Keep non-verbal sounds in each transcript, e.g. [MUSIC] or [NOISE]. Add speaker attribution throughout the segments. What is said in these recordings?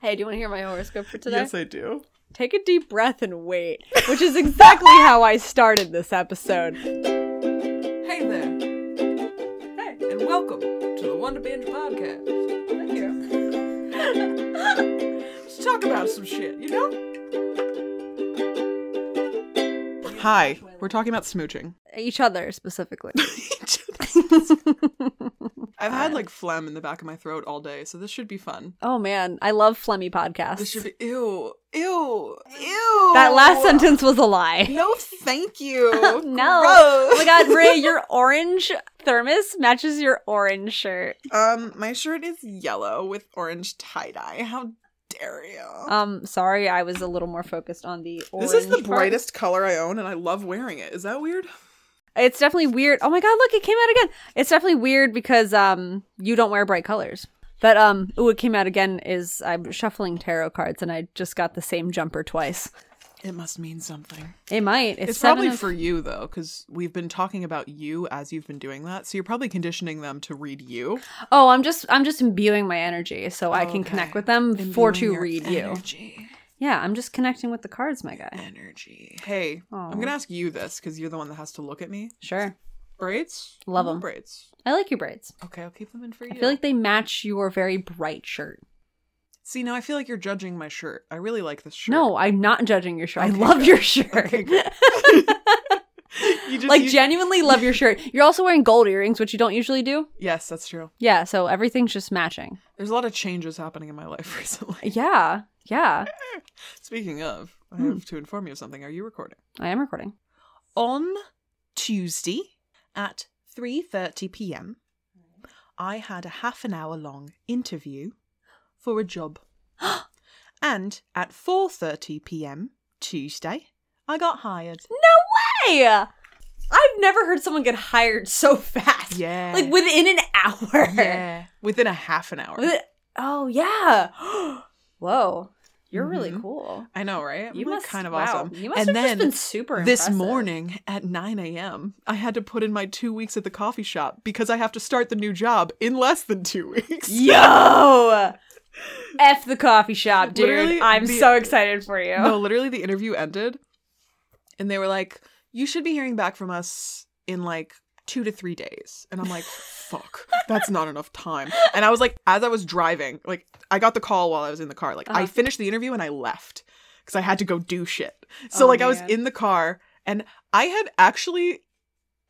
Speaker 1: Hey, do you want to hear my horoscope for today?
Speaker 2: Yes, I do.
Speaker 1: Take a deep breath and wait, which is [LAUGHS] exactly how I started this episode.
Speaker 2: Hey there. Hey, and welcome to the Wonder Binge podcast. Thank you. Let's talk about some shit, you know? Hi, we're talking about smooching.
Speaker 1: Each other specifically.
Speaker 2: I've had like phlegm in the back of my throat all day, so this should be fun.
Speaker 1: oh man, I love phlegmy podcasts.
Speaker 2: This should be Oh. ew, ew, ew.
Speaker 1: that last sentence was a
Speaker 2: [LAUGHS]
Speaker 1: lie.
Speaker 2: No, thank [LAUGHS] you.
Speaker 1: No. Oh my
Speaker 2: Gross.
Speaker 1: god, Ray, your orange thermos matches your orange shirt.
Speaker 2: Um, my shirt is yellow with orange tie dye. How dare you?
Speaker 1: Um, sorry, I was a little more focused on the orange.
Speaker 2: Oh. this is the
Speaker 1: part.
Speaker 2: brightest color I own, and I love wearing it. Is that weird?
Speaker 1: It's definitely weird. Oh my god, look, it came out again. It's definitely weird because um you don't wear bright colors. But um ooh, it came out again is I'm shuffling tarot cards and I just got the same jumper twice.
Speaker 2: It must mean something.
Speaker 1: It might. It's,
Speaker 2: It's, probably
Speaker 1: seven of-
Speaker 2: for you though, because we've been talking about you as you've been doing that, so you're probably conditioning them to read you.
Speaker 1: Oh, I'm just I'm just imbuing my energy so I can
Speaker 2: Oh, Okay.
Speaker 1: connect with them for
Speaker 2: Imbuing
Speaker 1: to
Speaker 2: your
Speaker 1: read you.
Speaker 2: Energy,
Speaker 1: Yeah, I'm just connecting with the cards, my guy.
Speaker 2: energy. Hey,
Speaker 1: Aw.
Speaker 2: I'm gonna ask you this because you're the one that has to look at me.
Speaker 1: Sure.
Speaker 2: Braids,
Speaker 1: Love
Speaker 2: I
Speaker 1: 'em.
Speaker 2: Braids.
Speaker 1: I like your braids.
Speaker 2: Okay, I'll keep them in for you.
Speaker 1: I feel like they match your very bright shirt.
Speaker 2: See, now I feel like you're judging my shirt. I really like this shirt.
Speaker 1: No, I'm not judging your shirt. I
Speaker 2: Okay,
Speaker 1: love
Speaker 2: good.
Speaker 1: your shirt.
Speaker 2: [LAUGHS]
Speaker 1: [LAUGHS]
Speaker 2: Okay, good. you just,
Speaker 1: like
Speaker 2: you-
Speaker 1: genuinely love your shirt. You're also wearing gold earrings, which you don't usually do.
Speaker 2: Yes, that's true.
Speaker 1: Yeah, so everything's just matching.
Speaker 2: There's a lot of changes happening in my life [LAUGHS] recently.
Speaker 1: Yeah, yeah.
Speaker 2: Speaking of, I
Speaker 1: Hmm.
Speaker 2: have to inform you of something. Are you recording?
Speaker 1: I am recording.
Speaker 2: On Tuesday at 3:30 p.m., I had a half an hour long interview for
Speaker 1: [GASPS]
Speaker 2: a job. and at 4:30 p.m. Tuesday, I got hired.
Speaker 1: Hey, uh, I've never heard someone get hired so fast.
Speaker 2: Yeah.
Speaker 1: like within an hour.
Speaker 2: Yeah, within a half an hour.
Speaker 1: With- oh yeah. [GASPS] Whoa, you're really
Speaker 2: Mhm.
Speaker 1: cool.
Speaker 2: I know, right? I'm,
Speaker 1: You
Speaker 2: like,
Speaker 1: must
Speaker 2: kind of
Speaker 1: wow.
Speaker 2: awesome.
Speaker 1: You must
Speaker 2: and
Speaker 1: have
Speaker 2: then
Speaker 1: just been super.
Speaker 2: this
Speaker 1: impressive.
Speaker 2: morning at 9 a.m., I had to put in my two weeks at the coffee shop because I have to start the new job in less than two [LAUGHS] weeks. [LAUGHS]
Speaker 1: Yo, f the coffee shop, dude.
Speaker 2: Literally,
Speaker 1: I'm
Speaker 2: the-
Speaker 1: so excited for you. [LAUGHS]
Speaker 2: No, literally, the interview ended, and they were like, "You should be hearing back from us in like." Two to three days. And I'm like, fuck, that's not enough time. And I was like, as I was driving, like, I got the call while I was in the car. Like, I
Speaker 1: Uh-huh.
Speaker 2: finished the interview and I left because I had to go do shit. So,
Speaker 1: Oh,
Speaker 2: like, I was
Speaker 1: man.
Speaker 2: in the car and I had actually,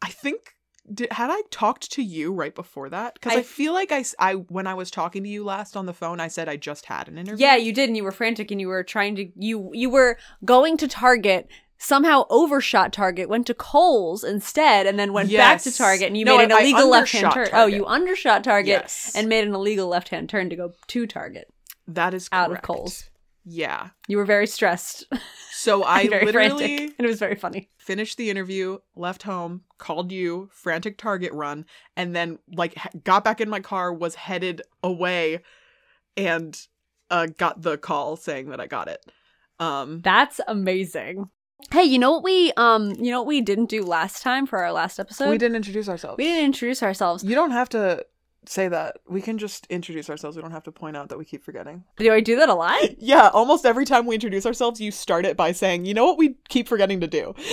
Speaker 2: I think, did, had I talked to you right before that? Because I,
Speaker 1: I-
Speaker 2: feel like I, s- I, when I was talking to you last on the phone, I said I just had an interview.
Speaker 1: Yeah, you did, and you were frantic, and you were trying to you you were going to Target. Somehow overshot Target, went to Kohl's instead, and then went back to
Speaker 2: Yes.
Speaker 1: Target, and you
Speaker 2: No,
Speaker 1: made an
Speaker 2: I- I
Speaker 1: illegal left hand
Speaker 2: undershot
Speaker 1: turn. Oh,
Speaker 2: Target.
Speaker 1: you undershot Target
Speaker 2: Yes.
Speaker 1: and made an illegal left hand turn to go to Target.
Speaker 2: That is
Speaker 1: Out of
Speaker 2: correct.
Speaker 1: Kohl's.
Speaker 2: Yeah.
Speaker 1: You were very stressed. [LAUGHS]
Speaker 2: So I
Speaker 1: and very
Speaker 2: literally
Speaker 1: frantic, and it was very funny.
Speaker 2: finished the interview, left home, called you, frantic target run, and then like h- got back in my car, was headed away, and uh, got the call saying that I got it. Um,
Speaker 1: That's amazing. Hey, you know what we um you know what we didn't do last time for our last episode?
Speaker 2: we didn't introduce ourselves.
Speaker 1: We didn't introduce ourselves.
Speaker 2: You don't have to say that. We can just introduce ourselves. We don't have to point out that we keep forgetting.
Speaker 1: Do I do that a
Speaker 2: [LAUGHS]
Speaker 1: lot?
Speaker 2: Yeah, almost every time we introduce ourselves, you start it by saying, "You know what we keep forgetting to do." [LAUGHS]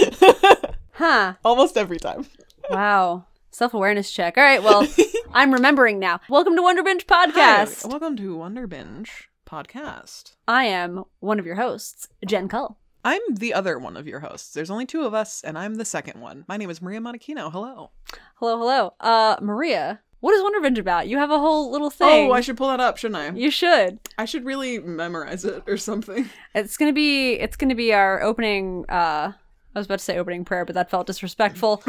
Speaker 1: Huh.
Speaker 2: almost every time.
Speaker 1: Wow. Self awareness check. All right.
Speaker 2: [LAUGHS]
Speaker 1: Well, I'm remembering now. Welcome to Wonder Binge Podcast.
Speaker 2: Hi, welcome to Wonder Binge podcast.
Speaker 1: I am one of your hosts, Jen Cull.
Speaker 2: I'm the other one of your hosts. There's only two of us, and I'm the second one. My name is Maria Monachino. Hello.
Speaker 1: Hello, hello. Uh, Maria, what is Wonder Binge about? You have a whole little thing.
Speaker 2: Oh, I should pull that up, shouldn't I?
Speaker 1: You should.
Speaker 2: I should really memorize it or something. [LAUGHS]
Speaker 1: It's gonna be. It's gonna be our opening. Uh, I was about to say opening prayer, but that felt disrespectful.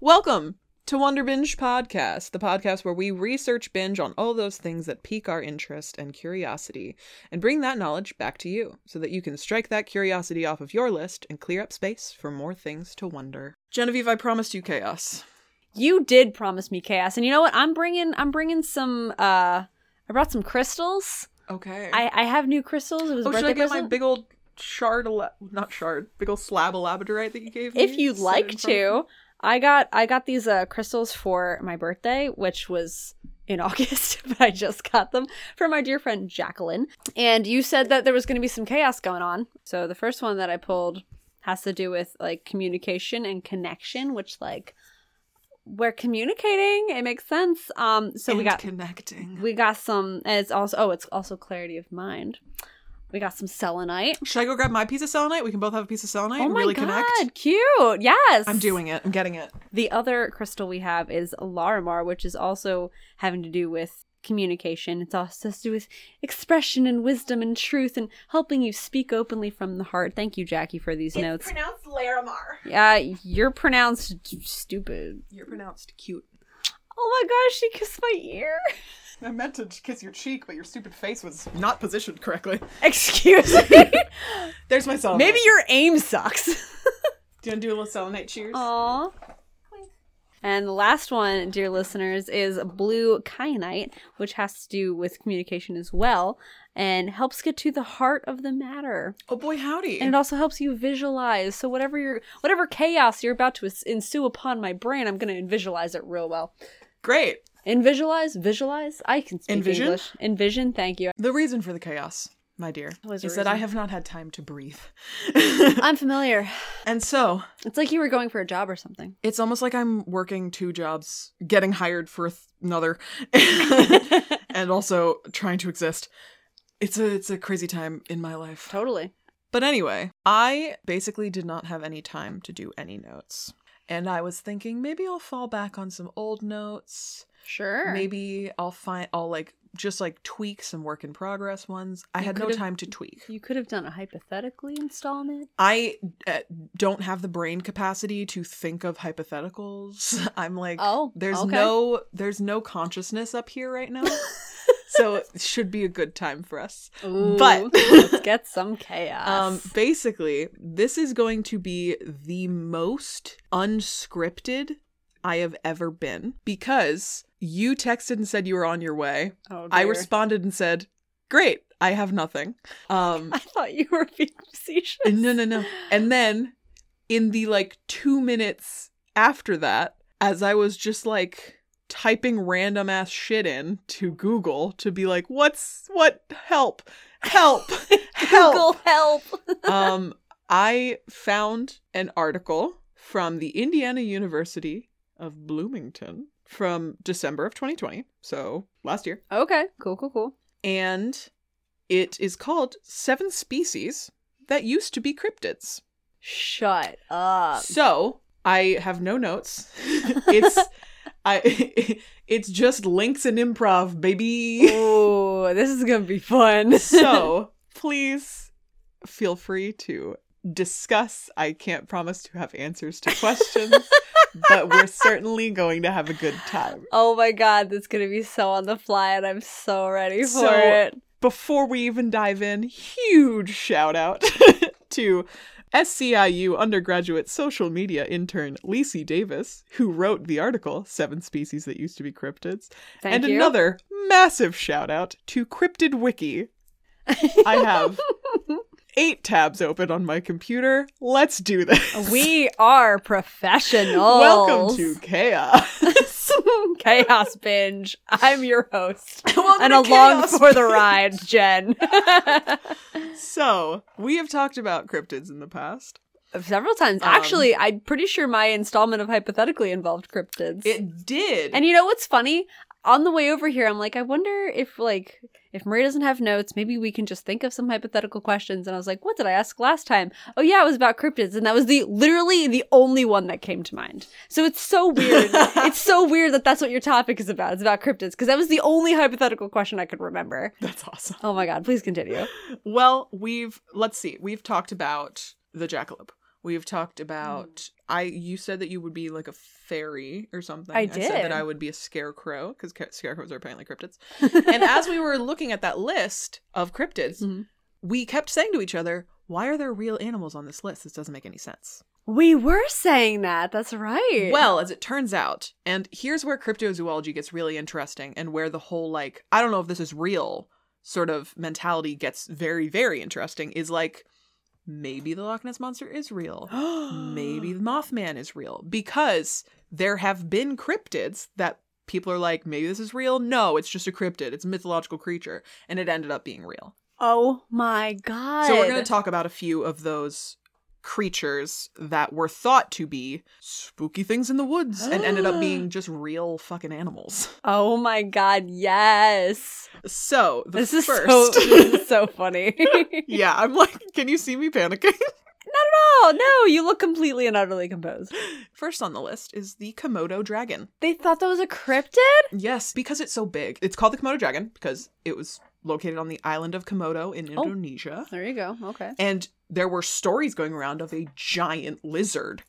Speaker 2: Welcome to Wonder Binge Podcast, the podcast where we research binge on all those things that pique our interest and curiosity and bring that knowledge back to you so that you can strike that curiosity off of your list and clear up space for more things to wonder. Genevieve, I promised you chaos.
Speaker 1: you did promise me chaos, and you know what? I'm bringing. I'm bringing some. Uh, I brought some crystals.
Speaker 2: Okay.
Speaker 1: I I have new crystals. It was a
Speaker 2: Oh, should
Speaker 1: birthday
Speaker 2: I get
Speaker 1: present.
Speaker 2: my big old shard, ala- not shard, big old slab of labradorite that you gave me?
Speaker 1: if you'd
Speaker 2: Set
Speaker 1: like
Speaker 2: in front of me?
Speaker 1: to i got i got these uh crystals for my birthday which was in [LAUGHS] August, but I just got them from our dear friend Jacqueline. And you said that there was going to be some chaos going on. So the first one that I pulled has to do with like communication and connection, which like we're communicating. It makes sense. Um, so we
Speaker 2: And
Speaker 1: got
Speaker 2: connecting.
Speaker 1: we got some. And it's also oh, it's also clarity of mind. We got some selenite.
Speaker 2: Should I go grab my piece of selenite? We can both have a piece of selenite
Speaker 1: Oh
Speaker 2: and
Speaker 1: my
Speaker 2: really
Speaker 1: god,
Speaker 2: connect.
Speaker 1: cute. Yes.
Speaker 2: I'm doing it. I'm getting it.
Speaker 1: The other crystal we have is Larimar, which is also having to do with communication. It's also has to do with expression and wisdom and truth and helping you speak openly from the heart. Thank you, Jackie, for these notes.
Speaker 2: pronounced Larimar.
Speaker 1: Yeah, you're pronounced st- stupid.
Speaker 2: You're pronounced cute.
Speaker 1: Oh my gosh, she kissed my ear. [LAUGHS]
Speaker 2: I meant to kiss your cheek, but your stupid face was not positioned correctly.
Speaker 1: Excuse me.
Speaker 2: There's my selenite.
Speaker 1: Maybe your aim sucks. [LAUGHS]
Speaker 2: Do you want to do a little selenite cheers?
Speaker 1: Aw. And the last one, dear listeners, is blue kyanite, which has to do with communication as well and helps get to the heart of the matter.
Speaker 2: Oh boy, howdy.
Speaker 1: And it also helps you visualize. So whatever your whatever chaos you're about to es- ensue upon my brain, I'm going to visualize it real well.
Speaker 2: Great.
Speaker 1: And visualize, visualize. I can speak
Speaker 2: Envision?
Speaker 1: English. Envision, thank
Speaker 2: [LAUGHS]
Speaker 1: you.
Speaker 2: The reason for the chaos, my dear,
Speaker 1: Always
Speaker 2: is
Speaker 1: a
Speaker 2: that I
Speaker 1: reason.
Speaker 2: have not had time to breathe.
Speaker 1: I'm familiar.
Speaker 2: and so
Speaker 1: It's like you were going for a job or something.
Speaker 2: [LAUGHS] it's almost like I'm working two jobs, getting hired for th-
Speaker 1: [LAUGHS]
Speaker 2: another, and also trying to exist. It's a it's a crazy time in my life.
Speaker 1: Totally.
Speaker 2: But anyway, I basically did not have any time to do any notes. And I was thinking maybe I'll fall back on some old notes.
Speaker 1: Sure.
Speaker 2: Maybe I'll find I'll like just like tweak some work in progress ones. I
Speaker 1: You
Speaker 2: had no
Speaker 1: could've-
Speaker 2: time to tweak.
Speaker 1: You could have done a hypothetically installment.
Speaker 2: I uh, don't have the brain capacity to think of hypotheticals. [LAUGHS] I'm like,
Speaker 1: Oh,
Speaker 2: there's
Speaker 1: okay.
Speaker 2: no, there's no consciousness up here
Speaker 1: [LAUGHS]
Speaker 2: right now, so it should be a good time for us. But-
Speaker 1: let's get
Speaker 2: [LAUGHS]
Speaker 1: some chaos.
Speaker 2: Um, basically, this is going to be the most unscripted I have ever been because you texted and said you were on your way.
Speaker 1: oh,
Speaker 2: I
Speaker 1: dear.
Speaker 2: responded and said, "Great, I have nothing." Um,
Speaker 1: [LAUGHS] I thought you were being facetious.
Speaker 2: No, no, no. And then in the like two minutes after that, as I was just like typing random ass shit in to Google to be like, what's what help? Help. help.
Speaker 1: [LAUGHS] Google help.
Speaker 2: um, I found an article from the Indiana University of Bloomington from December of 2020. So last year
Speaker 1: Okay. Cool. Cool. Cool.
Speaker 2: and it is called Seven Species That Used to Be Cryptids.
Speaker 1: Shut up.
Speaker 2: So I have no notes. [LAUGHS] it's I [LAUGHS] it's just links and improv, baby.
Speaker 1: Ooh, this is gonna be [LAUGHS] fun.
Speaker 2: [LAUGHS] so please feel free to discuss. I can't promise to have answers to questions, but we're certainly going to have a good time.
Speaker 1: oh my god, this is gonna be so on the fly, and I'm so ready for
Speaker 2: So-
Speaker 1: it.
Speaker 2: before we even dive in, huge shout out [LAUGHS] to SCIU undergraduate social media intern Lacey Davis, who wrote the article Seven Species That Used to Be Cryptids.
Speaker 1: Thank
Speaker 2: and
Speaker 1: you.
Speaker 2: another massive shout out to Cryptid Wiki. I
Speaker 1: [LAUGHS]
Speaker 2: have eight tabs open on my computer. Let's do this.
Speaker 1: We are professionals.
Speaker 2: [LAUGHS] Welcome
Speaker 1: [LAUGHS]
Speaker 2: to [LAUGHS] Chaos.
Speaker 1: Chaos Binge. I'm your host.
Speaker 2: Welcome
Speaker 1: And
Speaker 2: to
Speaker 1: along
Speaker 2: Chaos.
Speaker 1: for
Speaker 2: [LAUGHS]
Speaker 1: the ride, Jen. [LAUGHS]
Speaker 2: So, we have talked about cryptids in the past.
Speaker 1: Several times.
Speaker 2: Um,
Speaker 1: Actually, I'm pretty sure my installment of Hypothetically involved cryptids.
Speaker 2: It did.
Speaker 1: And you know what's funny? On the way over here, I'm like, I wonder if like if Maria doesn't have notes, maybe we can just think of some hypothetical questions. And I was like, what did I ask last time? Oh yeah, it was about cryptids, and that was the literally the only one that came to mind. So it's so
Speaker 2: [LAUGHS]
Speaker 1: weird. it's so weird that that's what your topic is about. It's about cryptids because that was the only hypothetical question I could remember.
Speaker 2: That's awesome.
Speaker 1: Oh my god, please continue.
Speaker 2: [GASPS] Well, we've let's see. We've talked about the jackalope. We've talked about
Speaker 1: Mm.
Speaker 2: I. You said that you would be like a fairy or something.
Speaker 1: I
Speaker 2: said
Speaker 1: did.
Speaker 2: that I would be a scarecrow because scarecrows are
Speaker 1: [LAUGHS]
Speaker 2: apparently cryptids. and as we were looking at that list of cryptids,
Speaker 1: Mhm.
Speaker 2: we kept saying to each other, "Why are there real animals on this list? This doesn't make any sense."
Speaker 1: We were saying that. That's right. [GASPS]
Speaker 2: Well, as it turns out, and here's where cryptozoology gets really interesting and where the whole like, I don't know if this is real sort of mentality gets very, very interesting is like, maybe the Loch Ness Monster
Speaker 1: [GASPS]
Speaker 2: is real. Maybe the Mothman is real. Because there have been cryptids that people are like, maybe this is real. No, it's just a cryptid. It's a mythological creature, and it ended up being real.
Speaker 1: Oh my god.
Speaker 2: So we're going to talk about a few of those creatures that were thought to be spooky things in the woods and ended
Speaker 1: [GASPS]
Speaker 2: up being just real fucking animals.
Speaker 1: Oh my god, yes.
Speaker 2: So the
Speaker 1: This is,
Speaker 2: first.
Speaker 1: so, [LAUGHS] this is so funny.
Speaker 2: [LAUGHS] yeah, I'm like, can you see me panicking? [LAUGHS]
Speaker 1: no, no, you look completely and utterly composed.
Speaker 2: First on the list is the Komodo dragon.
Speaker 1: They thought that was a cryptid?
Speaker 2: Yes, because it's so big. It's called the Komodo dragon because it was located on the island of Komodo in
Speaker 1: Oh.
Speaker 2: Indonesia.
Speaker 1: There you go. Okay.
Speaker 2: And there were stories going around of a giant lizard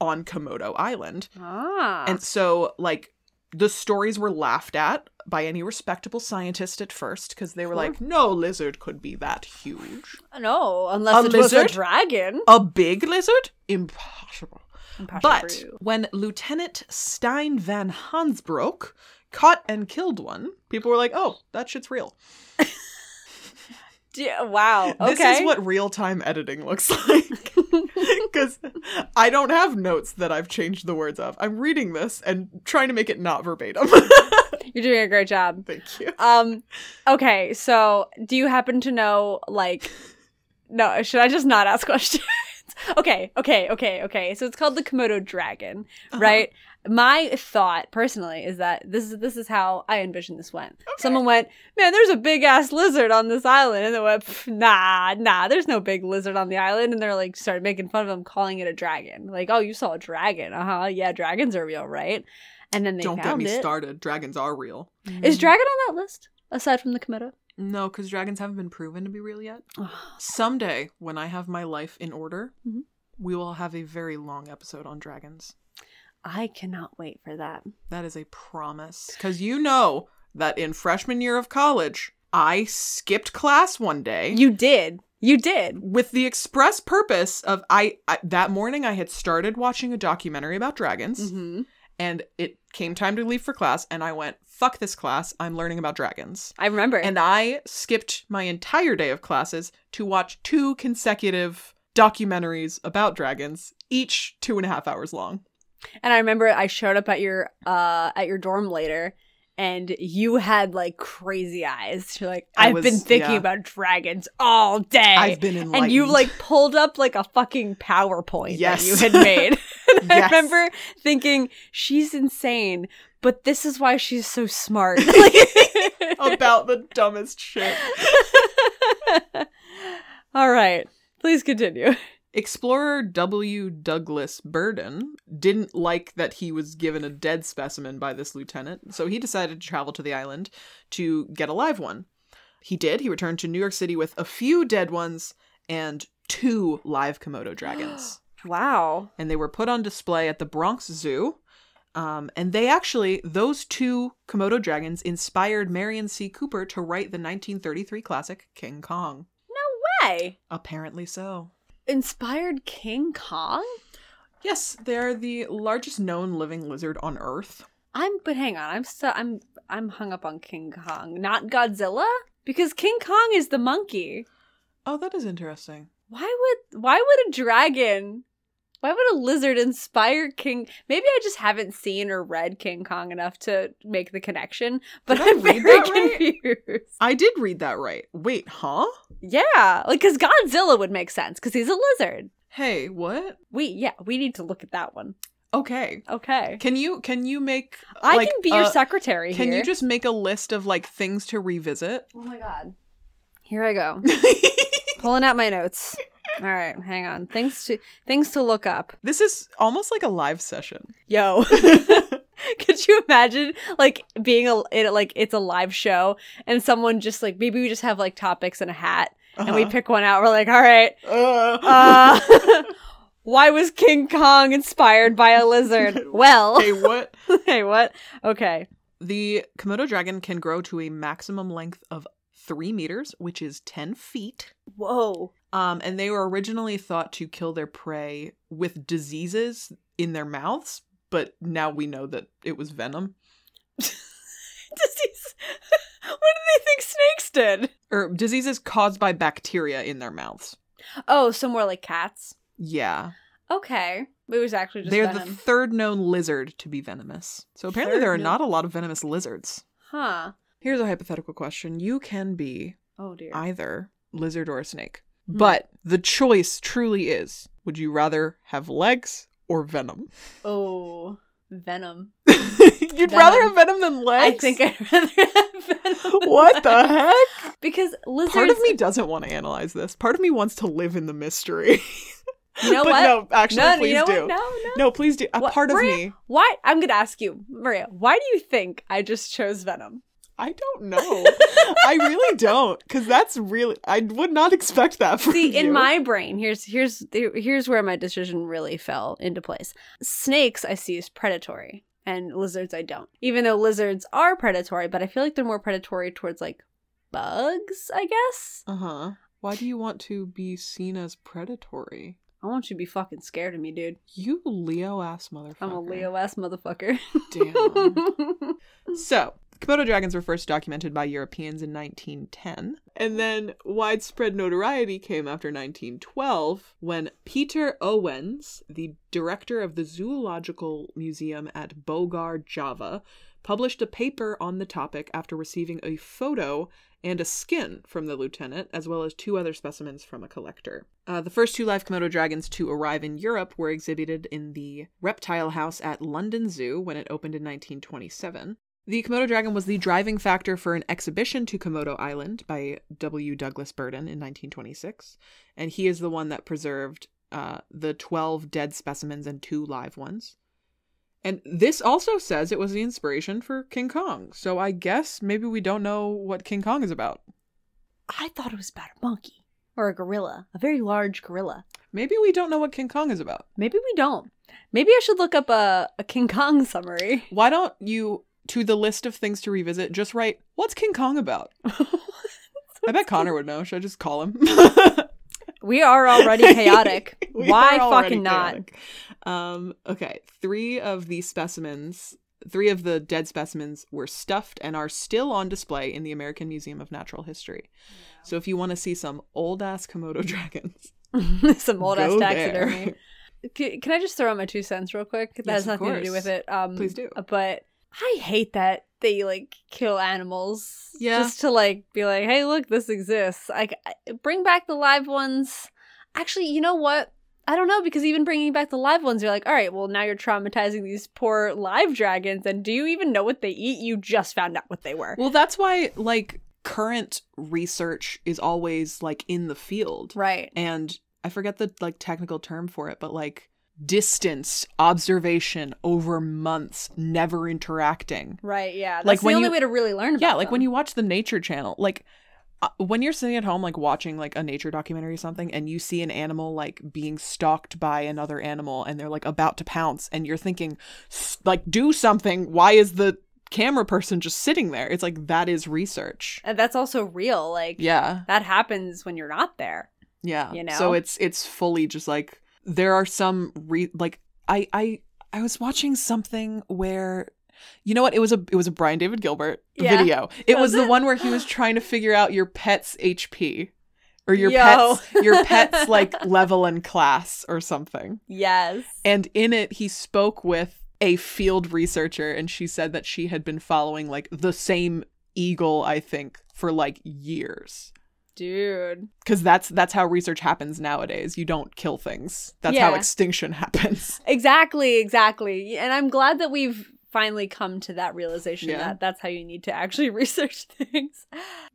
Speaker 2: on Komodo Island.
Speaker 1: Ah.
Speaker 2: And so, like, the stories were laughed at by any respectable scientist at first because they were
Speaker 1: Sure.
Speaker 2: like, no lizard could be that huge.
Speaker 1: Uh, no, unless
Speaker 2: A
Speaker 1: it was a
Speaker 2: lizard?
Speaker 1: dragon.
Speaker 2: A big lizard? Impossible.
Speaker 1: Impossible
Speaker 2: But
Speaker 1: for you.
Speaker 2: when Lieutenant Stein van Hansbroek caught and killed one, people were like, oh, that shit's real.
Speaker 1: D- wow. Okay.
Speaker 2: [LAUGHS] This is what real time editing looks
Speaker 1: [LAUGHS]
Speaker 2: [LAUGHS] like. Because I don't have notes that I've changed the words of. I'm reading this and trying to make it not verbatim. [LAUGHS]
Speaker 1: You're doing a great job.
Speaker 2: Thank you.
Speaker 1: Um okay, so do you happen to know like no, should I just not ask [LAUGHS] questions? okay, okay, okay, okay. So it's called the Komodo dragon, right? My thought personally is that this is this is how I envision this went. Someone went, "Man, there's a big ass lizard on this island." And they went, "Pff, "Nah, nah, there's no big lizard on the island." And they're like started making fun of him calling it a dragon. Like, "Oh, you saw a dragon." Uh-huh. Yeah, dragons are real, right? And then they
Speaker 2: Don't get
Speaker 1: found
Speaker 2: me
Speaker 1: it.
Speaker 2: started. Dragons are real.
Speaker 1: Is dragon on that list aside from the Komodo?
Speaker 2: No, because dragons haven't been proven to be real yet. Someday, when I have my life in order,
Speaker 1: Mhm.
Speaker 2: we will have a very long episode on dragons.
Speaker 1: I cannot wait for that.
Speaker 2: That is a promise. Because you know that in freshman year of college, I skipped class one day.
Speaker 1: You did. You did.
Speaker 2: with the express purpose of I, I that morning I had started watching a documentary about dragons
Speaker 1: Mm-hmm.
Speaker 2: and it came time to leave for class and I went fuck this class I'm learning about dragons
Speaker 1: I remember.
Speaker 2: and I skipped my entire day of classes to watch two consecutive documentaries about dragons, each two and a half hours long.
Speaker 1: and I remember I showed up at your uh at your dorm later and you had like crazy eyes. You're like,
Speaker 2: I
Speaker 1: I've
Speaker 2: was-
Speaker 1: been thinking
Speaker 2: yeah.
Speaker 1: about dragons all day.
Speaker 2: I've been enlightened.
Speaker 1: Eh, and you like pulled up like a fucking PowerPoint
Speaker 2: Yes.
Speaker 1: that you had
Speaker 2: [LAUGHS]
Speaker 1: made. [LAUGHS] And I
Speaker 2: Yes.
Speaker 1: remember thinking, she's insane, but this is why she's so
Speaker 2: [LAUGHS]
Speaker 1: smart. Like-
Speaker 2: about the dumbest shit.
Speaker 1: [LAUGHS] All right. Please continue.
Speaker 2: Explorer W. Douglas Burden didn't like that he was given a dead specimen by this lieutenant, so he decided to travel to the island to get a live one. He did. He returned to New York City with a few dead ones and two live
Speaker 1: [GASPS]
Speaker 2: Komodo dragons. [GASPS]
Speaker 1: Wow.
Speaker 2: and they were put on display at the Bronx Zoo. Um, and they actually, those two Komodo dragons inspired Marion C. Cooper to write the 1933 classic King Kong.
Speaker 1: Hey.
Speaker 2: Apparently so.
Speaker 1: Inspired King Kong?
Speaker 2: Yes, they're the largest known living lizard on Earth.
Speaker 1: I'm but hang on. I'm still I'm I'm hung up on King Kong, not Godzilla, because King Kong is the monkey.
Speaker 2: Oh, that is interesting.
Speaker 1: Why would why would a dragon why would a lizard inspire King? Maybe I just haven't seen or read King Kong enough to make the connection, but
Speaker 2: Did I
Speaker 1: I'm very
Speaker 2: read that right?
Speaker 1: confused.
Speaker 2: I did read that right. Wait, huh?
Speaker 1: Yeah, like because Godzilla would make sense because he's a lizard.
Speaker 2: Hey, what?
Speaker 1: We yeah, we need to look at that one.
Speaker 2: Okay.
Speaker 1: Okay,
Speaker 2: Can you can you make
Speaker 1: I
Speaker 2: like,
Speaker 1: can be your
Speaker 2: uh,
Speaker 1: secretary.
Speaker 2: Can
Speaker 1: here.
Speaker 2: you just make a list of like things
Speaker 1: [LAUGHS]
Speaker 2: to revisit?
Speaker 1: Oh my god. Here I go. Pulling out my notes. All right, hang on. Things to things to look up.
Speaker 2: this is almost like a live session. [LAUGHS]
Speaker 1: Yo. [LAUGHS] Could you imagine like being a it, like it's a live show and someone just like maybe we just have like topics and a hat and we
Speaker 2: Uh-huh.
Speaker 1: pick one out. We're like, "All right. [LAUGHS]
Speaker 2: Uh,
Speaker 1: Uh [LAUGHS] Why was King Kong inspired by a
Speaker 2: [LAUGHS]
Speaker 1: lizard? Well,
Speaker 2: hey, what?
Speaker 1: [LAUGHS] hey, what? Okay.
Speaker 2: The Komodo dragon can grow to a maximum length of three meters, which is 10 feet.
Speaker 1: [LAUGHS] Whoa.
Speaker 2: Um, and they were originally thought to kill their prey with diseases in their mouths, but now we know that it was venom
Speaker 1: Disease. [LAUGHS] what did they think snakes did?
Speaker 2: or diseases caused by bacteria in their mouths.
Speaker 1: Oh, so more like cats.
Speaker 2: Yeah.
Speaker 1: Okay. It was actually just
Speaker 2: They're the
Speaker 1: venom.
Speaker 2: third known lizard to be venomous. So apparently
Speaker 1: Third
Speaker 2: there are
Speaker 1: known-
Speaker 2: not a lot of venomous lizards.
Speaker 1: huh.
Speaker 2: Here's a hypothetical question. You can be
Speaker 1: Oh dear.
Speaker 2: either lizard or a snake.
Speaker 1: Hmm.
Speaker 2: But the choice truly is would you rather have legs or venom? [LAUGHS]
Speaker 1: oh, venom.
Speaker 2: You'd rather
Speaker 1: Venom.
Speaker 2: have venom than legs?
Speaker 1: I think I'd rather [LAUGHS] have
Speaker 2: [LAUGHS]
Speaker 1: venom. than
Speaker 2: What the
Speaker 1: that. [LAUGHS]
Speaker 2: heck?
Speaker 1: Because lizards.
Speaker 2: Part of me doesn't want to analyze this. Part of me wants to live in the mystery. [LAUGHS]
Speaker 1: You know
Speaker 2: but
Speaker 1: what?
Speaker 2: no, actually,
Speaker 1: no,
Speaker 2: please
Speaker 1: you know
Speaker 2: do.
Speaker 1: what? No, no.
Speaker 2: No, please do. A
Speaker 1: What-
Speaker 2: part of
Speaker 1: Maria-
Speaker 2: me.
Speaker 1: Why? I'm gonna ask you, Maria. Why do you think I just chose
Speaker 2: [LAUGHS]
Speaker 1: venom?
Speaker 2: I don't know. I
Speaker 1: [LAUGHS]
Speaker 2: really don't, because that's really. I would not expect that from
Speaker 1: See, in
Speaker 2: you.
Speaker 1: my brain, here's here's here's where my decision really fell into place. Snakes I see as predatory, and lizards I don't. Even though lizards are predatory, but I feel like they're more predatory towards like bugs. I guess
Speaker 2: Uh huh. Why do you want to be seen as predatory?
Speaker 1: I want you to be fucking scared of me, dude.
Speaker 2: You Leo ass motherfucker.
Speaker 1: I'm a Leo ass motherfucker.
Speaker 2: Damn. so, Komodo dragons were first documented by Europeans in 1910, and then widespread notoriety came after 1912 when Peter Owens, the director of the Zoological Museum at Bogar, Java, published a paper on the topic after receiving a photo and a skin from the lieutenant, as well as two other specimens from a collector. Uh, the first two live Komodo dragons to arrive in Europe were exhibited in the Reptile House at London Zoo when it opened in 1927. The Komodo dragon was the driving factor for an exhibition to Komodo Island by W. Douglas Burden in 1926, and he is the one that preserved uh, the 12 dead specimens and two live ones. And this also says it was the inspiration for King Kong. So I guess maybe we don't know what King Kong is about.
Speaker 1: [LAUGHS] I thought it was about a monkey or a gorilla, a very large gorilla.
Speaker 2: Maybe we don't know what King Kong is about.
Speaker 1: Maybe we don't. Maybe I should look up a, a King Kong summary.
Speaker 2: Why don't you, to the list of things to revisit, just write, What's King Kong about? I bet Connor would know. Should I just call him?
Speaker 1: [LAUGHS]
Speaker 2: [LAUGHS]
Speaker 1: we are already [LAUGHS] chaotic.
Speaker 2: We
Speaker 1: Why
Speaker 2: are already
Speaker 1: fucking not?
Speaker 2: chaotic. Um, okay, three of the specimens, three of the dead specimens were stuffed and are still on display in the American Museum of Natural History. So if you want to see some old ass Komodo [LAUGHS] dragons,
Speaker 1: [LAUGHS] Some old ass
Speaker 2: Go
Speaker 1: taxidermy. C- Can I just throw out my two cents real quick? That
Speaker 2: Yes,
Speaker 1: has
Speaker 2: of
Speaker 1: nothing to do
Speaker 2: course.
Speaker 1: with it. Um,
Speaker 2: Please do.
Speaker 1: But I hate that they like kill animals.
Speaker 2: Yeah.
Speaker 1: Just to like be like, hey, look, this exists. Like, I- bring back the live ones. Actually, you know what? I don't know because even bringing back the live ones, you're like, all right, well now you're traumatizing these poor live dragons, and do you even know what they eat? You just found out what they were.
Speaker 2: well, that's why like current research is always like in the field,
Speaker 1: Right.
Speaker 2: and I forget the like technical term for it, but like distance observation over months, never interacting.
Speaker 1: Right. Yeah. That's
Speaker 2: Like,
Speaker 1: the
Speaker 2: when
Speaker 1: only
Speaker 2: you-
Speaker 1: way to really learn. About
Speaker 2: yeah like when you watch the nature channel like uh, when you're sitting at home like watching like a nature documentary or something and you see an animal like being stalked by another animal and they're like about to pounce and you're thinking "S- like do something why is the camera person just sitting there it's like that is research
Speaker 1: And that's also real. Like.
Speaker 2: yeah
Speaker 1: that happens when you're not there.
Speaker 2: yeah
Speaker 1: You know?
Speaker 2: so it's it's fully just like there are some re like i i i was watching something where you know what it was a it was a brian david gilbert
Speaker 1: Yeah.
Speaker 2: video it
Speaker 1: Was
Speaker 2: was, the
Speaker 1: it?
Speaker 2: one where he was trying to figure out your pet's hp or your
Speaker 1: Yo. [LAUGHS]
Speaker 2: pet's your pet's like level in class or something
Speaker 1: Yes.
Speaker 2: and in it he spoke with a field researcher and she said that she had been following like the same eagle i think for like years
Speaker 1: Dude.
Speaker 2: because that's that's how research happens nowadays you don't kill things that's how
Speaker 1: Yeah.
Speaker 2: extinction [LAUGHS] happens
Speaker 1: Exactly, exactly. And I'm glad that we've finally come to that realization
Speaker 2: Yeah.
Speaker 1: that that's how you need to actually [LAUGHS] research things.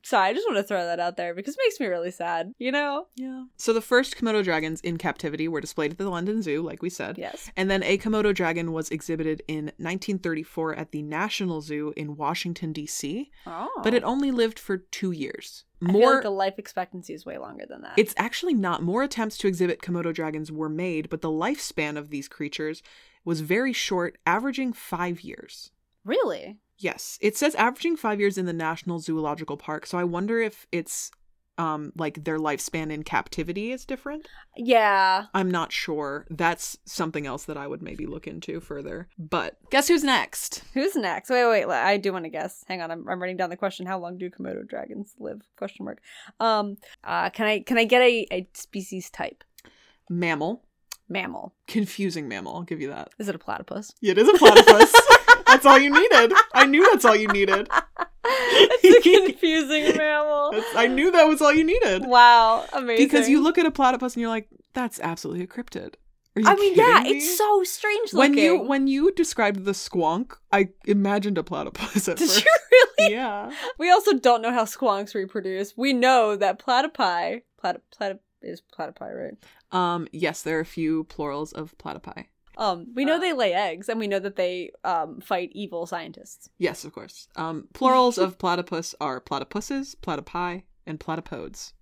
Speaker 1: So I just want to throw that out there because it makes me really sad, you know?
Speaker 2: yeah so the first komodo dragons in captivity were displayed at the london zoo like we said
Speaker 1: Yes.
Speaker 2: and then a komodo dragon was exhibited in 1934 at the national zoo in washington d.c
Speaker 1: Oh.
Speaker 2: but it only lived for two years
Speaker 1: I feel
Speaker 2: more
Speaker 1: like the life expectancy is way longer than that.
Speaker 2: It's actually not. More attempts to exhibit Komodo dragons were made, but the lifespan of these creatures was very short, averaging five years.
Speaker 1: really
Speaker 2: Yes, it says averaging five years in the National Zoological Park. So I wonder if it's um like their lifespan in captivity is different.
Speaker 1: Yeah.
Speaker 2: I'm not sure. That's something else that I would maybe look into further. But guess who's next?
Speaker 1: Who's next? Wait, wait, wait, I do want to guess. Hang on, I'm, I'm writing down the question. How long do Komodo dragons live? Question mark. Um, uh, can I can I get a, a species type?
Speaker 2: Mammal.
Speaker 1: mammal.
Speaker 2: Confusing mammal, I'll give you that.
Speaker 1: Is it a platypus?
Speaker 2: Yeah, it is a
Speaker 1: [LAUGHS]
Speaker 2: platypus. that's all you needed. I knew that's all you needed.
Speaker 1: it's a
Speaker 2: [LAUGHS]
Speaker 1: confusing mammal.
Speaker 2: That's- I knew that was all you needed.
Speaker 1: Wow, amazing.
Speaker 2: Because you look at a platypus and you're like, that's absolutely a cryptid. Are you
Speaker 1: I mean, yeah,
Speaker 2: kidding me?
Speaker 1: it's so strange
Speaker 2: when
Speaker 1: looking.
Speaker 2: you when you described the squonk, I imagined a platypus at
Speaker 1: Did
Speaker 2: first.
Speaker 1: you
Speaker 2: [LAUGHS]
Speaker 1: really?
Speaker 2: Yeah.
Speaker 1: We also don't know how squonks reproduce. We know that platypi, plat, plat is platypi, right?
Speaker 2: Um. Yes, there are a few plurals of platypi.
Speaker 1: Um, we know
Speaker 2: Uh.
Speaker 1: they lay eggs, and we know that they um fight evil scientists. [LAUGHS]
Speaker 2: Yes, of course. Um. Plurals of platypus are platypuses, platypi, and platypodes.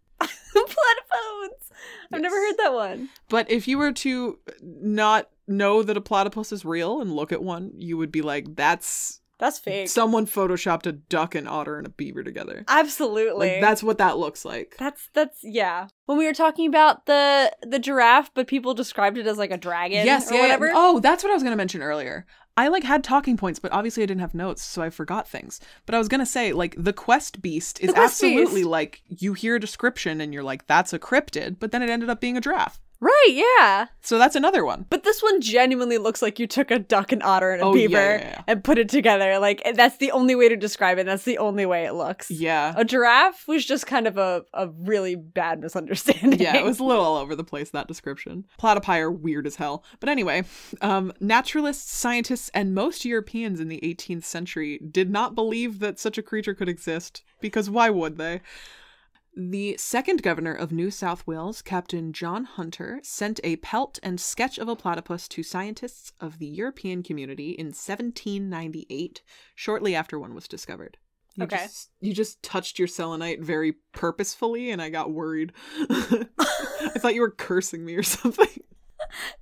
Speaker 1: Platypodes. I've never
Speaker 2: Yes.
Speaker 1: heard that one.
Speaker 2: But if you were to not know that a platypus is real and look at one, you would be like, "That's
Speaker 1: That's fake.
Speaker 2: someone photoshopped a duck, an otter, and a beaver together."
Speaker 1: Absolutely.
Speaker 2: Like that's what that looks like.
Speaker 1: that's that's yeah. When we were talking about the the giraffe, but people described it as like a dragon or
Speaker 2: yeah, yeah.
Speaker 1: whatever.
Speaker 2: Oh, that's what I was going to mention earlier. I like had talking points, but obviously I didn't have notes, so I forgot things. But I was going to say like the quest beast is
Speaker 1: The quest
Speaker 2: absolutely
Speaker 1: beast.
Speaker 2: like you hear a description and you're like that's a cryptid, but then it ended up being a giraffe.
Speaker 1: Right, yeah.
Speaker 2: So that's another one.
Speaker 1: But this one genuinely looks like you took a duck, an otter, and a
Speaker 2: Oh, yeah,
Speaker 1: beaver
Speaker 2: yeah, yeah.
Speaker 1: and put it together. Like eh, that's the only way to describe it. That's the only way it looks.
Speaker 2: Yeah.
Speaker 1: A giraffe was just kind of a, a really bad misunderstanding.
Speaker 2: [LAUGHS] Yeah, it was a little all over the place that description. Platypi are weird as hell. But anyway, um, naturalists, scientists, and most Europeans in the 18th century did not believe that such a creature could exist because why would they? The second governor of New South Wales, Captain John Hunter, sent a pelt and sketch of a platypus to scientists of the European community in 1798, shortly after one was discovered. You
Speaker 1: Okay.
Speaker 2: Just, you just touched your selenite very purposefully, and I got worried. [LAUGHS] I thought you were cursing me or [LAUGHS] something.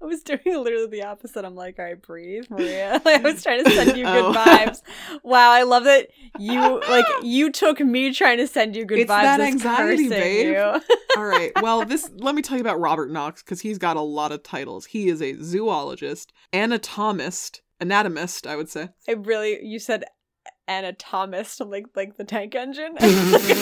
Speaker 1: I was doing literally the opposite. I'm like, all right, breathe, Maria. [LAUGHS] Like, I was trying to send you good
Speaker 2: [LAUGHS] Oh.
Speaker 1: vibes. Wow, I love that you
Speaker 2: [GASPS]
Speaker 1: like you took me trying to send you good
Speaker 2: It's
Speaker 1: vibes.
Speaker 2: that
Speaker 1: as
Speaker 2: anxiety,
Speaker 1: cursing
Speaker 2: babe.
Speaker 1: you.
Speaker 2: All right. Well, this let me tell you about Robert Knox because he's got a lot of titles. He is a zoologist, anatomist, anatomist, I would say.
Speaker 1: I really you said anatomist. I'm like like the tank
Speaker 2: [LAUGHS]
Speaker 1: engine. [LAUGHS]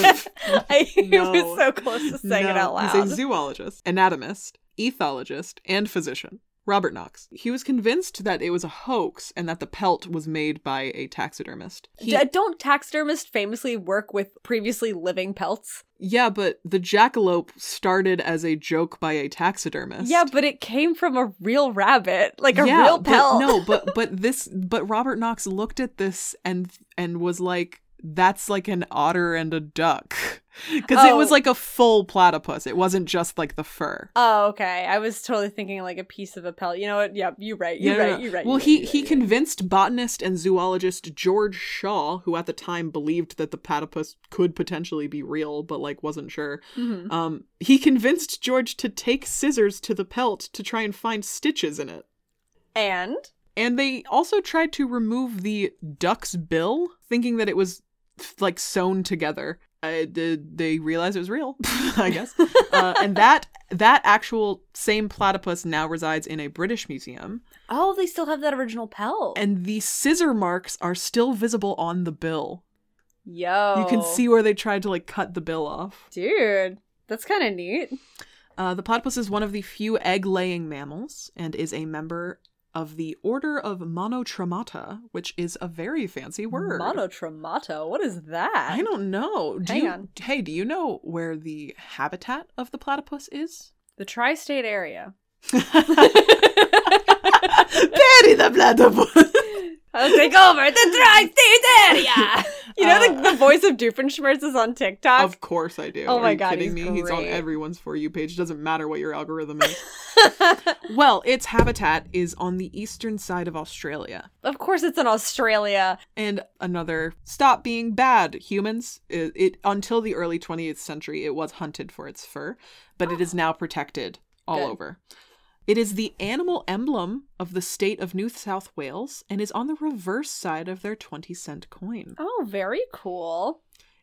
Speaker 1: I
Speaker 2: No.
Speaker 1: was so close to saying it
Speaker 2: No,
Speaker 1: out loud.
Speaker 2: He's a zoologist, anatomist, ethologist, and physician. Robert Knox. He was convinced that it was a hoax and that the pelt was made by a taxidermist. He-
Speaker 1: D- don't taxidermists famously work with previously living pelts?
Speaker 2: yeah, but the jackalope started as a joke by a taxidermist.
Speaker 1: Yeah, but it came from a real rabbit, like a
Speaker 2: Yeah,
Speaker 1: real
Speaker 2: but
Speaker 1: pelt.
Speaker 2: no,
Speaker 1: [LAUGHS]
Speaker 2: but but this but Robert Knox looked at this and and was like, that's like an otter and a duck. [LAUGHS] Because it
Speaker 1: Oh.
Speaker 2: was like a full platypus. It wasn't just like the fur.
Speaker 1: Oh, okay. I was totally thinking like a piece of a pelt. You know what? Yeah, you're right. You're
Speaker 2: No, no,
Speaker 1: right.
Speaker 2: no.
Speaker 1: You're right.
Speaker 2: Well,
Speaker 1: you're right,
Speaker 2: he
Speaker 1: you're right,
Speaker 2: he
Speaker 1: you're right.
Speaker 2: convinced botanist and zoologist George Shaw, who at the time believed that the platypus could potentially be real, but like wasn't sure.
Speaker 1: Mhm.
Speaker 2: Um, he convinced George to take scissors to the pelt to try and find stitches in it.
Speaker 1: And
Speaker 2: And they also tried to remove the duck's bill, thinking that it was like sewn together. Uh, the, they realized it was real, [LAUGHS] I
Speaker 1: [LAUGHS]
Speaker 2: guess. uh, and that that actual same platypus now resides in a British museum,
Speaker 1: oh, they still have that original pelt.
Speaker 2: and the scissor marks are still visible on the bill.
Speaker 1: yo,
Speaker 2: You can see where they tried to like cut the bill off.
Speaker 1: dude. That's kind of neat.
Speaker 2: Uh, the platypus is one of the few egg-laying mammals and is a member of the order of Monotremata, which is a very fancy word.
Speaker 1: Monotremata. What is that?
Speaker 2: I don't know. Do
Speaker 1: Hang
Speaker 2: you,
Speaker 1: on.
Speaker 2: Hey, do you know where the habitat of the platypus
Speaker 1: [LAUGHS]
Speaker 2: is? [LAUGHS]
Speaker 1: The tri-state area. [LAUGHS]
Speaker 2: Bury the platypus.
Speaker 1: I'll take over the tri-state area.
Speaker 2: [LAUGHS]
Speaker 1: You know the,
Speaker 2: Uh.
Speaker 1: the voice of Doofenshmirtz is on TikTok.
Speaker 2: of course I do.
Speaker 1: Oh
Speaker 2: Are
Speaker 1: my
Speaker 2: you
Speaker 1: God,
Speaker 2: kidding
Speaker 1: he's
Speaker 2: me? He's on
Speaker 1: great.
Speaker 2: everyone's for you page. Doesn't matter what your algorithm
Speaker 1: [LAUGHS]
Speaker 2: is. well, its habitat is on the eastern side of Australia.
Speaker 1: of course, it's in Australia.
Speaker 2: And another stop being bad humans. It, it until the early 20th century, it was hunted for its fur, but it is now protected all
Speaker 1: Ah. Good.
Speaker 2: over. It is the animal emblem of the state of New South Wales and is on the reverse side of their 20 cent coin.
Speaker 1: Oh, very cool.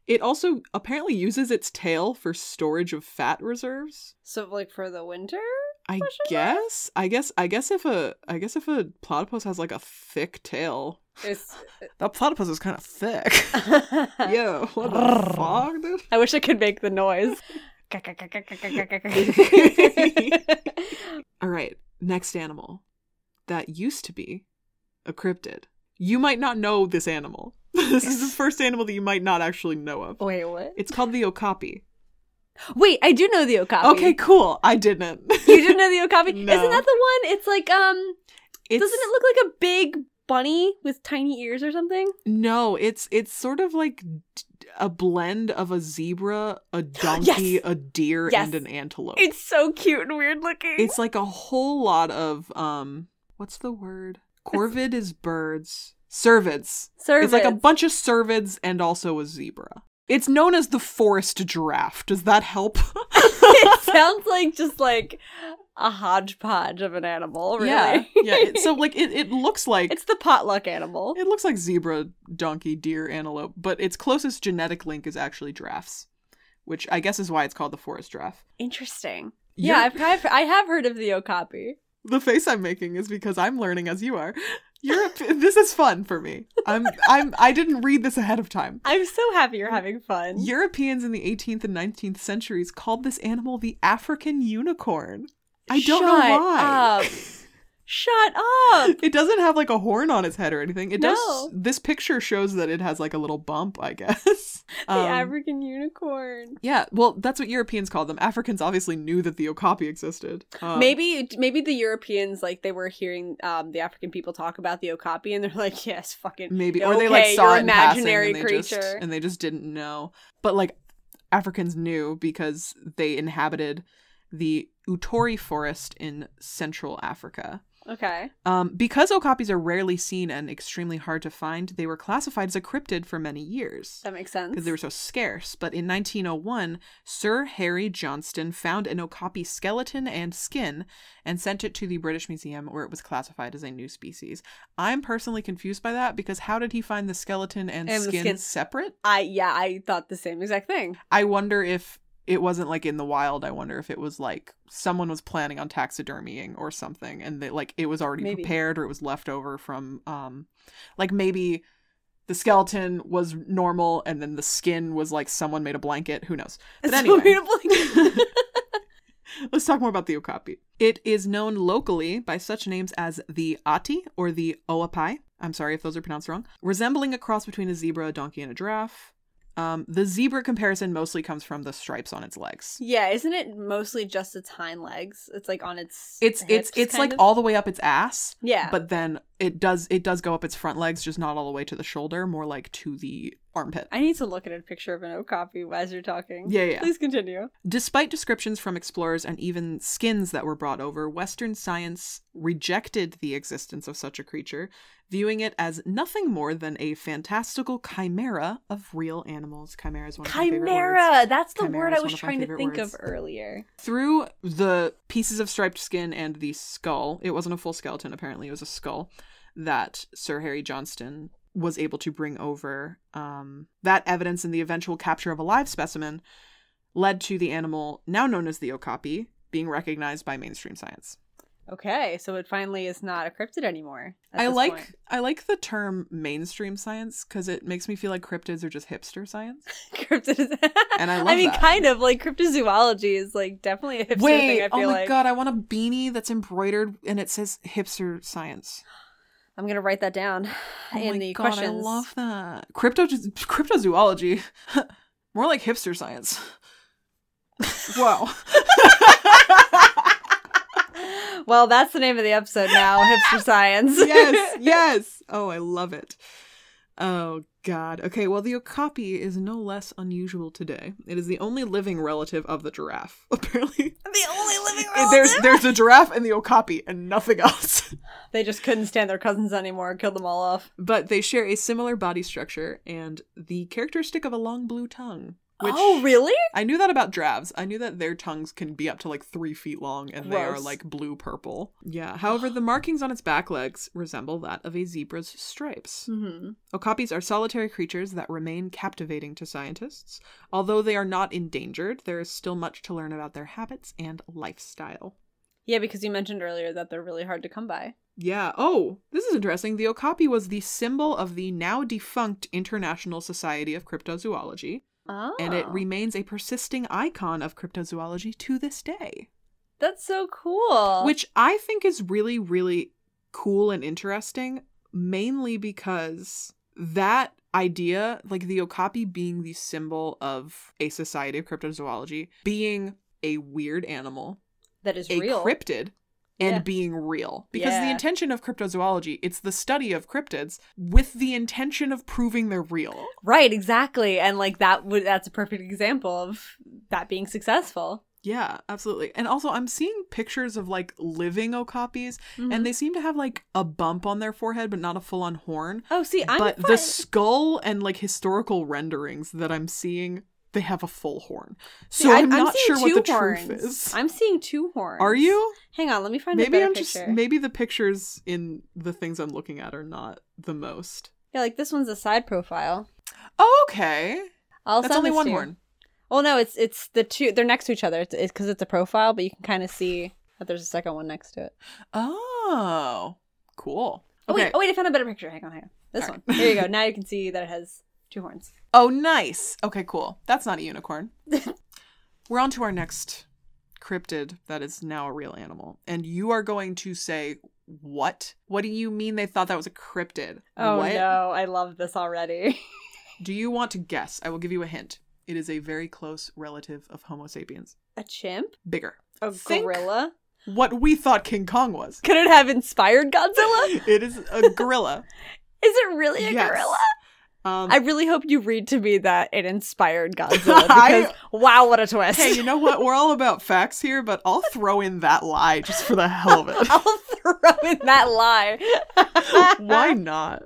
Speaker 2: It also apparently uses its tail for storage of fat reserves.
Speaker 1: So, like for the winter.
Speaker 2: I
Speaker 1: Question mark?
Speaker 2: guess. I guess. I guess if a. I guess if a platypus has like a thick tail. [LAUGHS]
Speaker 1: It's [LAUGHS]
Speaker 2: That platypus is kind of thick. Yo, what the
Speaker 1: Grrr.
Speaker 2: fuck, dude? [LAUGHS]
Speaker 1: I wish I could make the noise. [LAUGHS]
Speaker 2: All right, next animal that used to be a cryptid. You might not know this animal. [LAUGHS] this is the first animal that you might not actually know of.
Speaker 1: Wait, what?
Speaker 2: It's called the okapi.
Speaker 1: Wait, I do know the okapi.
Speaker 2: Okay, [LAUGHS] cool. I didn't. [LAUGHS]
Speaker 1: You didn't know the okapi?
Speaker 2: No.
Speaker 1: Isn't that the one? It's like um
Speaker 2: It's,
Speaker 1: doesn't it look like a big bunny with tiny ears or something?
Speaker 2: No, it's it's sort of like d- a blend of a zebra, a
Speaker 1: [GASPS]
Speaker 2: donkey,
Speaker 1: Yes.
Speaker 2: a deer,
Speaker 1: Yes.
Speaker 2: and an antelope.
Speaker 1: It's so cute and weird looking.
Speaker 2: It's like a whole lot of um what's the word? Corvid is birds. Cervids.
Speaker 1: Servants. [LAUGHS]
Speaker 2: It's like a bunch of cervids and also a zebra. It's known as the forest giraffe. Does that help?
Speaker 1: it sounds like just like a hodgepodge of an animal, [LAUGHS] really.
Speaker 2: Yeah. Yeah. It- so like it, it looks like
Speaker 1: it's the potluck animal.
Speaker 2: it looks like zebra, donkey, deer, antelope, but its closest genetic link is actually giraffes, which I guess is why it's called the forest giraffe.
Speaker 1: Interesting.
Speaker 2: You're-
Speaker 1: Yeah, I've, I've I have heard of the okapi.
Speaker 2: The face I'm making is because I'm learning as you are. You're a- this is fun for me. I'm I'm I didn't read this ahead of time.
Speaker 1: I'm so happy you're having fun.
Speaker 2: Europeans in the 18th and 19th centuries called this animal the African unicorn. I don't know
Speaker 1: Shut
Speaker 2: why. [LAUGHS]
Speaker 1: up. Shut up.
Speaker 2: It doesn't have like a horn on its head or anything. It does.
Speaker 1: No.
Speaker 2: This picture shows that it has like a little bump,
Speaker 1: [LAUGHS]
Speaker 2: I guess.
Speaker 1: The
Speaker 2: Um,
Speaker 1: African unicorn.
Speaker 2: yeah, well, that's what Europeans called them. Africans obviously knew that the okapi existed. Um,
Speaker 1: maybe maybe the Europeans like they were hearing um, the African people talk about the okapi and they're like, yes, fucking
Speaker 2: maybe, or they like
Speaker 1: Okay,
Speaker 2: saw
Speaker 1: you're
Speaker 2: it in passing
Speaker 1: imaginary
Speaker 2: and they just-
Speaker 1: creature.
Speaker 2: and they just didn't know. But like Africans knew because they inhabited the Utori forest in Central Africa.
Speaker 1: okay.
Speaker 2: Um, because okapis are rarely seen and extremely hard to find, they were classified as a cryptid for many years
Speaker 1: That makes sense.
Speaker 2: because they were so scarce. But in 1901, Sir Harry Johnston found an okapi skeleton and skin and sent it to the British Museum where it was classified as a new species. I'm personally confused by that because how did he find the skeleton and,
Speaker 1: And the
Speaker 2: skin,
Speaker 1: skin.
Speaker 2: separate?
Speaker 1: I yeah, I thought the same exact thing.
Speaker 2: I wonder if it wasn't like in the wild. I wonder if it was like someone was planning on taxidermying or something, and that like it was already
Speaker 1: Maybe.
Speaker 2: prepared or it was left over from, um, like maybe the skeleton was normal and then the skin was like someone made a blanket. Who knows? But
Speaker 1: So
Speaker 2: anyway.
Speaker 1: we're
Speaker 2: [LAUGHS]
Speaker 1: like-
Speaker 2: Let's talk more about the okapi. It is known locally by such names as the ati or the oapai. I'm sorry if those are pronounced wrong. Resembling a cross between a zebra, a donkey, and a giraffe. Um, the zebra comparison mostly comes from the stripes on its legs.
Speaker 1: yeah, isn't it mostly just its hind legs? It's like on its
Speaker 2: It's it's
Speaker 1: hips,
Speaker 2: it's
Speaker 1: kind
Speaker 2: like
Speaker 1: of?
Speaker 2: all the way up its ass,
Speaker 1: yeah,
Speaker 2: but then it does it does go up its front legs, just not all the way to the shoulder, more like to the armpit.
Speaker 1: I need to look at a picture of an okapi as you're talking.
Speaker 2: Yeah, yeah.
Speaker 1: Please continue.
Speaker 2: Despite descriptions from explorers and even skins that were brought over, Western science rejected the existence of such a creature, viewing it as nothing more than a fantastical chimera of real animals. Chimera is one of my favorite words.
Speaker 1: Chimera. That's the
Speaker 2: Chimera
Speaker 1: word
Speaker 2: is
Speaker 1: I
Speaker 2: one
Speaker 1: was
Speaker 2: of my
Speaker 1: trying to
Speaker 2: favorite
Speaker 1: think
Speaker 2: words.
Speaker 1: of earlier.
Speaker 2: Through the pieces of striped skin and the skull, it wasn't a full skeleton, apparently, it was a skull that Sir Harry Johnston was able to bring over. Um, that evidence and the eventual capture of a live specimen led to the animal, now known as the okapi, being recognized by mainstream science.
Speaker 1: Okay, so it finally is not a cryptid anymore. at
Speaker 2: I
Speaker 1: this
Speaker 2: like
Speaker 1: point. [LAUGHS]
Speaker 2: I like the term mainstream science because it makes me feel like cryptids are just hipster science.
Speaker 1: cryptid. Is-
Speaker 2: And
Speaker 1: [LAUGHS]
Speaker 2: I
Speaker 1: I
Speaker 2: love
Speaker 1: mean,
Speaker 2: that.
Speaker 1: kind of like cryptozoology is like definitely a hipster
Speaker 2: Wait,
Speaker 1: thing. I
Speaker 2: oh
Speaker 1: feel
Speaker 2: my
Speaker 1: like
Speaker 2: god, I want a beanie that's embroidered and it says hipster science.
Speaker 1: I'm gonna write that down
Speaker 2: Oh my
Speaker 1: in the
Speaker 2: God,
Speaker 1: questions.
Speaker 2: I love that. Crypto cryptozoology. [LAUGHS] More like hipster science.
Speaker 1: [LAUGHS]
Speaker 2: wow.
Speaker 1: [GASPS] well, that's the name of the episode now.
Speaker 2: [LAUGHS]
Speaker 1: hipster science. [LAUGHS]
Speaker 2: yes, yes. Oh, I love it. Oh god. Okay, well the okapi is no less unusual today. It is the only living relative of the giraffe, [LAUGHS] apparently.
Speaker 1: the only living
Speaker 2: It- [LAUGHS] there's there's a giraffe and the okapi and nothing else. [LAUGHS]
Speaker 1: They just couldn't stand their cousins anymore. Killed them all off.
Speaker 2: But they share a similar body structure and the characteristic of a long blue tongue. Which
Speaker 1: oh, really?
Speaker 2: I knew that about drabs. I knew that their tongues can be up to like three feet long and they are
Speaker 1: Gross.
Speaker 2: like blue purple. Yeah. However, the markings on its back legs resemble that of a zebra's stripes.
Speaker 1: Mm-hmm.
Speaker 2: Okapis are solitary creatures that remain captivating to scientists. Although they are not endangered, there is still much to learn about their habits and lifestyle.
Speaker 1: Yeah, because you mentioned earlier that they're really hard to come by.
Speaker 2: Yeah. Oh, this is interesting. The okapi was the symbol of the now defunct International Society of Cryptozoology,
Speaker 1: Oh.
Speaker 2: and it remains a persisting icon of cryptozoology to this day,
Speaker 1: That's so cool.
Speaker 2: which I think is really, really cool and interesting, mainly because that idea, like the okapi being the symbol of a society of cryptozoology, being a weird animal,
Speaker 1: that is
Speaker 2: a
Speaker 1: real.
Speaker 2: cryptid. And
Speaker 1: Yeah.
Speaker 2: being real. Because the
Speaker 1: Yeah.
Speaker 2: intention of cryptozoology, it's the study of cryptids with the intention of proving they're real.
Speaker 1: right, exactly. And like that would that's a perfect example of that being successful.
Speaker 2: Yeah, absolutely. And also, I'm seeing pictures of like living okapis,
Speaker 1: Mhm.
Speaker 2: and they seem to have like a bump on their forehead, but not a full on horn.
Speaker 1: Oh, see, I'm
Speaker 2: but the
Speaker 1: fine-
Speaker 2: skull and like historical renderings that I'm seeing, they have a full horn.
Speaker 1: see,
Speaker 2: So
Speaker 1: I-
Speaker 2: I'm, not
Speaker 1: seeing
Speaker 2: sure
Speaker 1: two
Speaker 2: what the
Speaker 1: horns.
Speaker 2: truth is.
Speaker 1: I'm seeing two horns.
Speaker 2: Are you?
Speaker 1: Hang on, let me find a
Speaker 2: Maybe
Speaker 1: better
Speaker 2: I'm just.
Speaker 1: picture.
Speaker 2: Maybe the pictures in the things I'm looking at are not the most.
Speaker 1: yeah, like this one's a side profile.
Speaker 2: Oh, okay.
Speaker 1: I'll
Speaker 2: That's
Speaker 1: send
Speaker 2: only
Speaker 1: this
Speaker 2: one
Speaker 1: to you.
Speaker 2: horn.
Speaker 1: Well, no, it's it's the two. They're next to each other. It's because it's a profile, but you can kind of see that there's a second one next to it.
Speaker 2: Oh, cool.
Speaker 1: Oh
Speaker 2: Okay.
Speaker 1: wait, oh wait, I found a better picture. Hang on, hang on. This
Speaker 2: All right.
Speaker 1: one. Here
Speaker 2: [LAUGHS]
Speaker 1: you go. Now you can see that it has two horns.
Speaker 2: Oh, nice. Okay, cool. That's not
Speaker 1: [LAUGHS]
Speaker 2: a unicorn. We're on to our next cryptid that is now a real animal. And you are going to say, What? What do you mean they thought that was a cryptid?
Speaker 1: Oh
Speaker 2: what?
Speaker 1: no, I love this already. [LAUGHS]
Speaker 2: Do you want to guess? I will give you a hint. It is a very close relative of Homo sapiens.
Speaker 1: a chimp,
Speaker 2: Bigger.
Speaker 1: a
Speaker 2: Think-
Speaker 1: gorilla.
Speaker 2: What we thought King Kong was.
Speaker 1: Could it have inspired
Speaker 2: [LAUGHS]
Speaker 1: Godzilla? Is
Speaker 2: It is a
Speaker 1: [LAUGHS]
Speaker 2: gorilla.
Speaker 1: it really a
Speaker 2: Yes.
Speaker 1: gorilla?
Speaker 2: Um,
Speaker 1: I really hope you read to me that it inspired Godzilla because
Speaker 2: [LAUGHS] I-
Speaker 1: wow, what a twist! [LAUGHS]
Speaker 2: hey, you know what? We're all about facts here, but I'll throw in that lie just for the hell
Speaker 1: [LAUGHS]
Speaker 2: of it.
Speaker 1: I'll throw in that lie. [LAUGHS]
Speaker 2: [LAUGHS] Why not?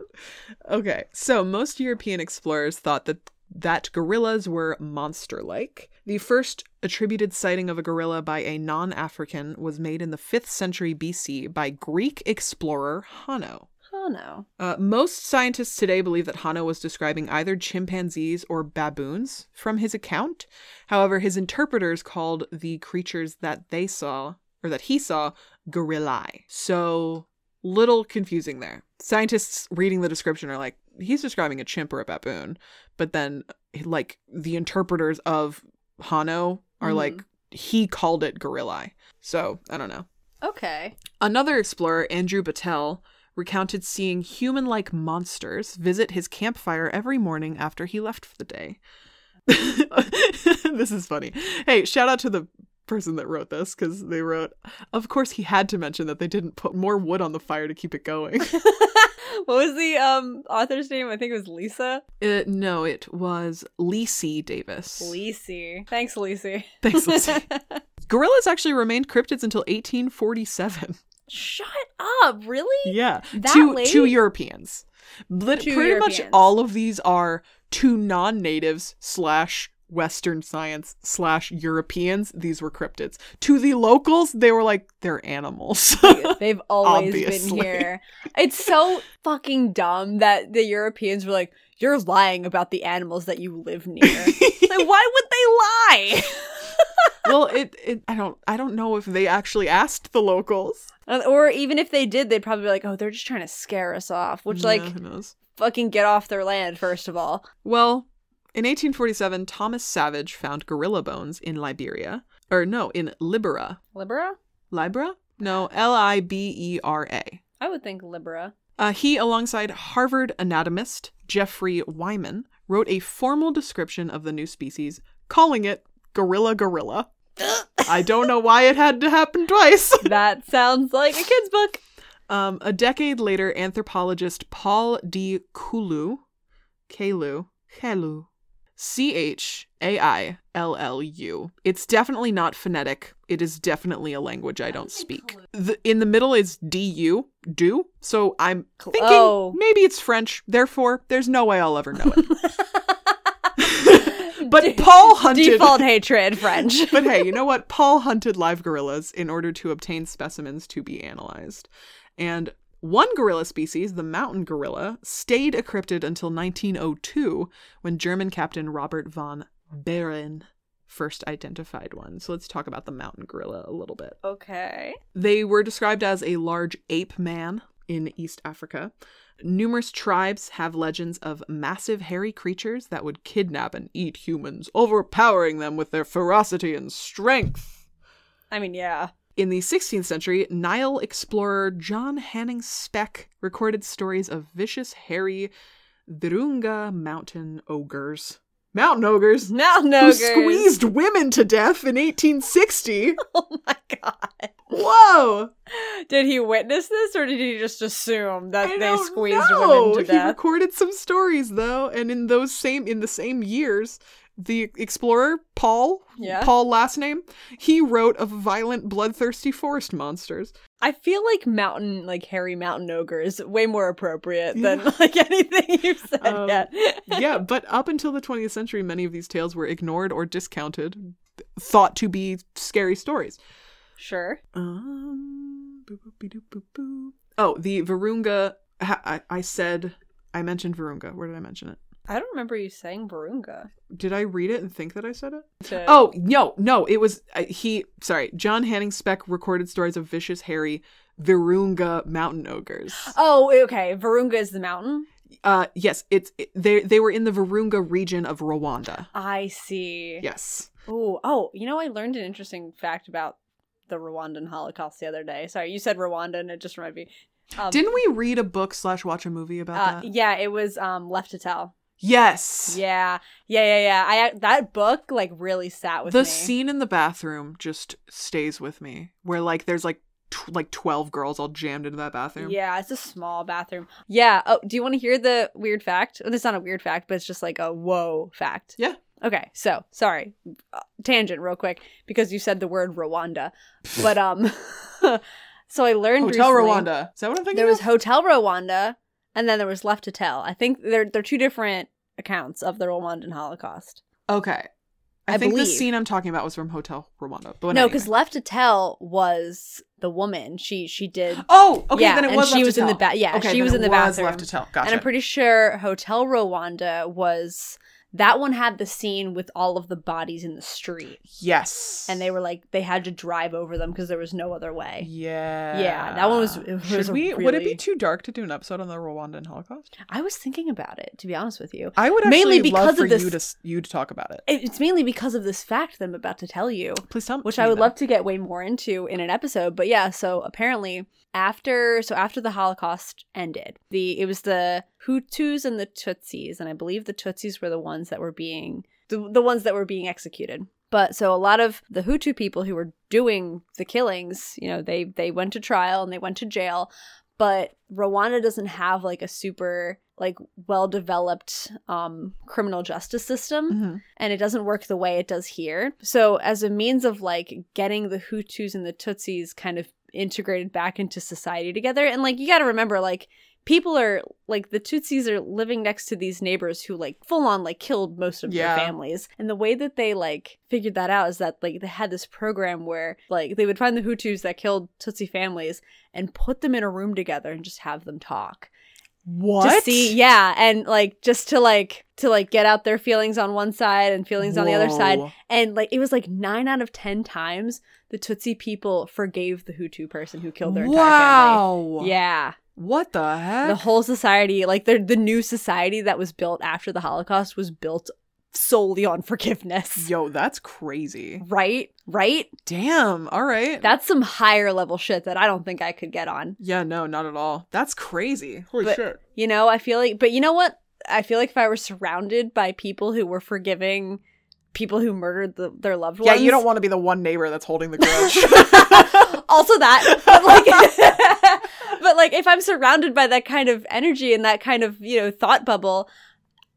Speaker 2: Okay, so most European explorers thought that that gorillas were monster-like. The first attributed sighting of a gorilla by a non-African was made in the 5th century BC by Greek explorer Hanno.
Speaker 1: Oh no.
Speaker 2: Uh, most scientists today believe that Hanno was describing either chimpanzees or baboons from his account. However, his interpreters called the creatures that they saw, or that he saw, gorillae. So, little confusing there. Scientists reading the description are like, he's describing a chimp or a baboon. But then, like, the interpreters of Hanno are
Speaker 1: Mhm.
Speaker 2: like, he called it gorillae. So, I don't know.
Speaker 1: Okay.
Speaker 2: Another explorer, Andrew Battelle, recounted seeing human like monsters visit his campfire every morning after he left for the day. [LAUGHS] this is funny. Hey, shout out to the person that wrote this because they wrote, of course, he had to mention that they didn't put more wood on the fire to keep it
Speaker 1: [LAUGHS]
Speaker 2: going. [LAUGHS]
Speaker 1: what was the um author's name? I think it was Lisa.
Speaker 2: Uh, no, it was Lisi Davis.
Speaker 1: Lisi. Thanks,
Speaker 2: [LAUGHS]
Speaker 1: Lisi. [LAUGHS]
Speaker 2: Thanks, Lisi. Gorillas actually remained cryptids until 1847.
Speaker 1: Shut up! Really?
Speaker 2: [LAUGHS] Yeah,
Speaker 1: That
Speaker 2: to
Speaker 1: late?
Speaker 2: to Europeans. Lit-
Speaker 1: To
Speaker 2: pretty much
Speaker 1: Europeans.
Speaker 2: all of these are to non-natives slash Western science slash Europeans. These were cryptids. To the locals, they were like they're animals. [LAUGHS]
Speaker 1: They've always
Speaker 2: Obviously.
Speaker 1: been here. It's so fucking dumb that the Europeans were like, "You're lying about the animals that you live
Speaker 2: [LAUGHS]
Speaker 1: near." like, why would they lie?
Speaker 2: well, it, it I don't I don't know if they actually asked the locals.
Speaker 1: And- [LAUGHS] or even if they did, they'd probably be like, "Oh, they're just trying to scare us off." Which, like,
Speaker 2: Yeah, who knows?
Speaker 1: fucking get off their land first of all.
Speaker 2: Well, in 1847, Thomas Savage found gorilla bones in Liberia, or no, in Libera.
Speaker 1: Libera?
Speaker 2: Libera? No, L I B E R A.
Speaker 1: I would think
Speaker 2: [LAUGHS]
Speaker 1: Libera.
Speaker 2: Uh, he, alongside Harvard anatomist Jeffrey Wyman, wrote a formal description of the new species, calling it Gorilla Gorilla. I don't know why it had to happen twice. [LAUGHS]
Speaker 1: that sounds like a kid's book.
Speaker 2: Um, a decade later, anthropologist Paul D. Kulu, Kalu, Kalu, C H A I L L U. It's definitely not phonetic. It is definitely a language I don't speak. The, in the middle is D U, do. So I'm
Speaker 1: Cl-
Speaker 2: thinking
Speaker 1: oh.
Speaker 2: maybe it's French. Therefore, there's no way I'll ever know
Speaker 1: [LAUGHS]
Speaker 2: it. [LAUGHS] but Paul hunted.
Speaker 1: Default hatred, French.
Speaker 2: [LAUGHS] but hey, you know what? Paul hunted live gorillas in order to obtain specimens to be analyzed. And one gorilla species, the mountain gorilla, stayed a cryptid until 1902 when German captain Robert von Behring first identified one. So let's talk about the mountain gorilla a little bit.
Speaker 1: Okay.
Speaker 2: They were described as a large ape man in East Africa. Numerous tribes have legends of massive hairy creatures that would kidnap and eat humans, overpowering them with their ferocity and strength.
Speaker 1: I mean, yeah.
Speaker 2: In the 16th century, Nile explorer John Hanning Speck recorded stories of vicious, hairy Virunga mountain ogres. Mountain ogres?
Speaker 1: Now, no.
Speaker 2: Who
Speaker 1: girls.
Speaker 2: squeezed women to death in 1860? [LAUGHS]
Speaker 1: Oh my god.
Speaker 2: Whoa!
Speaker 1: Did he witness this, or did he just assume that
Speaker 2: I
Speaker 1: they
Speaker 2: don't
Speaker 1: squeezed
Speaker 2: know.
Speaker 1: women to
Speaker 2: He
Speaker 1: death?
Speaker 2: recorded some stories though, and in those same in the same years, the explorer Paul,
Speaker 1: Yeah.
Speaker 2: Paul last name, he wrote of violent, bloodthirsty
Speaker 1: [LAUGHS]
Speaker 2: forest monsters.
Speaker 1: I feel like mountain, like hairy mountain ogre, is way more appropriate than
Speaker 2: Yeah.
Speaker 1: [LAUGHS] like anything you've said
Speaker 2: [LAUGHS] Um,
Speaker 1: yet.
Speaker 2: yeah, but up until the 20th century, many of these tales were ignored or discounted, thought to be scary stories.
Speaker 1: [LAUGHS] sure.
Speaker 2: Um, boo, boo, bee, doo, boo, boo. Oh, the Virunga. ha- I, I said I mentioned Virunga. Where did I mention it?
Speaker 1: I don't remember you saying Barunga.
Speaker 2: Did I read it and think that I said it?
Speaker 1: to-
Speaker 2: Oh no, no! It was uh, he. Sorry, John Hanning Speck recorded stories of vicious, hairy Virunga
Speaker 1: [GASPS]
Speaker 2: mountain ogres.
Speaker 1: Oh, okay. Varunga is the mountain.
Speaker 2: Uh, yes, it's it, they. They were in the Virunga region of Rwanda.
Speaker 1: I see.
Speaker 2: Yes.
Speaker 1: Oh, oh, you know, I learned an interesting fact about the Rwandan Holocaust the other day. Sorry, you said Rwanda, and it just reminded me. Um,
Speaker 2: Didn't we read a book slash watch a movie about
Speaker 1: uh,
Speaker 2: that?
Speaker 1: yeah, it was um Left to Tell.
Speaker 2: Yes.
Speaker 1: Yeah, yeah, yeah, yeah. I ac- that book like really sat with
Speaker 2: the
Speaker 1: me.
Speaker 2: scene in the bathroom just stays with me, where like there's like tw- like twelve girls all jammed into that bathroom.
Speaker 1: Yeah, it's a small bathroom. Yeah. Oh, do you want to hear the weird fact? Well, it's not a weird fact, but it's just like a whoa fact.
Speaker 2: Yeah.
Speaker 1: Okay. So sorry, Uh, tangent real quick because you said the word Rwanda, but um, [LAUGHS] so I learned
Speaker 2: Hotel
Speaker 1: recently-
Speaker 2: Rwanda. Is that what I'm thinking?
Speaker 1: There was
Speaker 2: of?
Speaker 1: Hotel Rwanda, and then there was Left to Tell. I think they're they're two different accounts of the Rwandan Holocaust.
Speaker 2: okay. I,
Speaker 1: I
Speaker 2: think the
Speaker 1: believe.
Speaker 2: scene I'm talking about was from Hotel Rwanda. But
Speaker 1: no,
Speaker 2: anyway.
Speaker 1: because Left to Tell was the woman. She she did.
Speaker 2: Oh, okay.
Speaker 1: yeah,
Speaker 2: then it
Speaker 1: and
Speaker 2: was.
Speaker 1: she
Speaker 2: left
Speaker 1: was
Speaker 2: to
Speaker 1: in the
Speaker 2: tell.
Speaker 1: ba- yeah,
Speaker 2: Okay,
Speaker 1: she
Speaker 2: then
Speaker 1: was
Speaker 2: it
Speaker 1: in the
Speaker 2: was
Speaker 1: bathroom.
Speaker 2: left to tell. Gotcha.
Speaker 1: And I'm pretty sure Hotel Rwanda was that one had the scene with all of the bodies in the street,
Speaker 2: yes.
Speaker 1: and they were like they had to drive over them because there was no other way.
Speaker 2: Yeah.
Speaker 1: Yeah, that one was- it
Speaker 2: Should
Speaker 1: was a
Speaker 2: we? Would it be
Speaker 1: really-
Speaker 2: too dark to do an episode on the Rwandan Holocaust?
Speaker 1: I was thinking about it to be honest with you.
Speaker 2: I would actually
Speaker 1: Mainly because
Speaker 2: love for
Speaker 1: of this-
Speaker 2: you to s- you to talk about it.
Speaker 1: It- It's mainly because of this fact that I'm about to tell you.
Speaker 2: Please tell me.
Speaker 1: which I would love to get way more into in an episode. But yeah, so apparently after so after the Holocaust ended, the it was the Hutus and the Tutsis, and I believe the Tutsis were the ones that were being the, the ones that were being executed. But so a lot of the Hutu people who were doing the killings, you know, they they went to trial and they went to jail. But Rwanda doesn't have like a super like well developed um, criminal justice system
Speaker 2: hmm
Speaker 1: and it doesn't work the way it does here. So, as a means of like getting the Hutus and the Tutsis kind of integrated back into society together, and like you got to remember, like people are like the Tutsis are living next to these neighbors who like full on like killed most of
Speaker 2: Yeah.
Speaker 1: their families, and the way that they like figured that out is that like they had this program where like they would find the Hutus that killed Tutsi families and put them in a room together and just have them talk
Speaker 2: What?
Speaker 1: to see yeah and like just to like to like get out their feelings on one side and feelings on the other side
Speaker 2: Whoa.
Speaker 1: and like it was like nine out of ten times the tutsi people forgave the hutu person who killed their entire
Speaker 2: Wow.
Speaker 1: family yeah
Speaker 2: What the heck?
Speaker 1: the whole society like the, the new society that was built after the holocaust was built solely on forgiveness
Speaker 2: Yo, that's crazy.
Speaker 1: right right
Speaker 2: Damn. All right.
Speaker 1: that's some higher level shit that i don't think i could get on
Speaker 2: Yeah. No, not at all. That's crazy. Holy
Speaker 1: But-
Speaker 2: shit.
Speaker 1: You know, I feel like, but you know what? I feel like if I were surrounded by people who were forgiving people who murdered the, their loved
Speaker 2: Yeah,
Speaker 1: ones.
Speaker 2: you don't want to be the one neighbor that's
Speaker 1: [LAUGHS]
Speaker 2: holding the grudge.
Speaker 1: also that, but like, [LAUGHS] but like, if I'm surrounded by that kind of energy and that kind of you know thought bubble,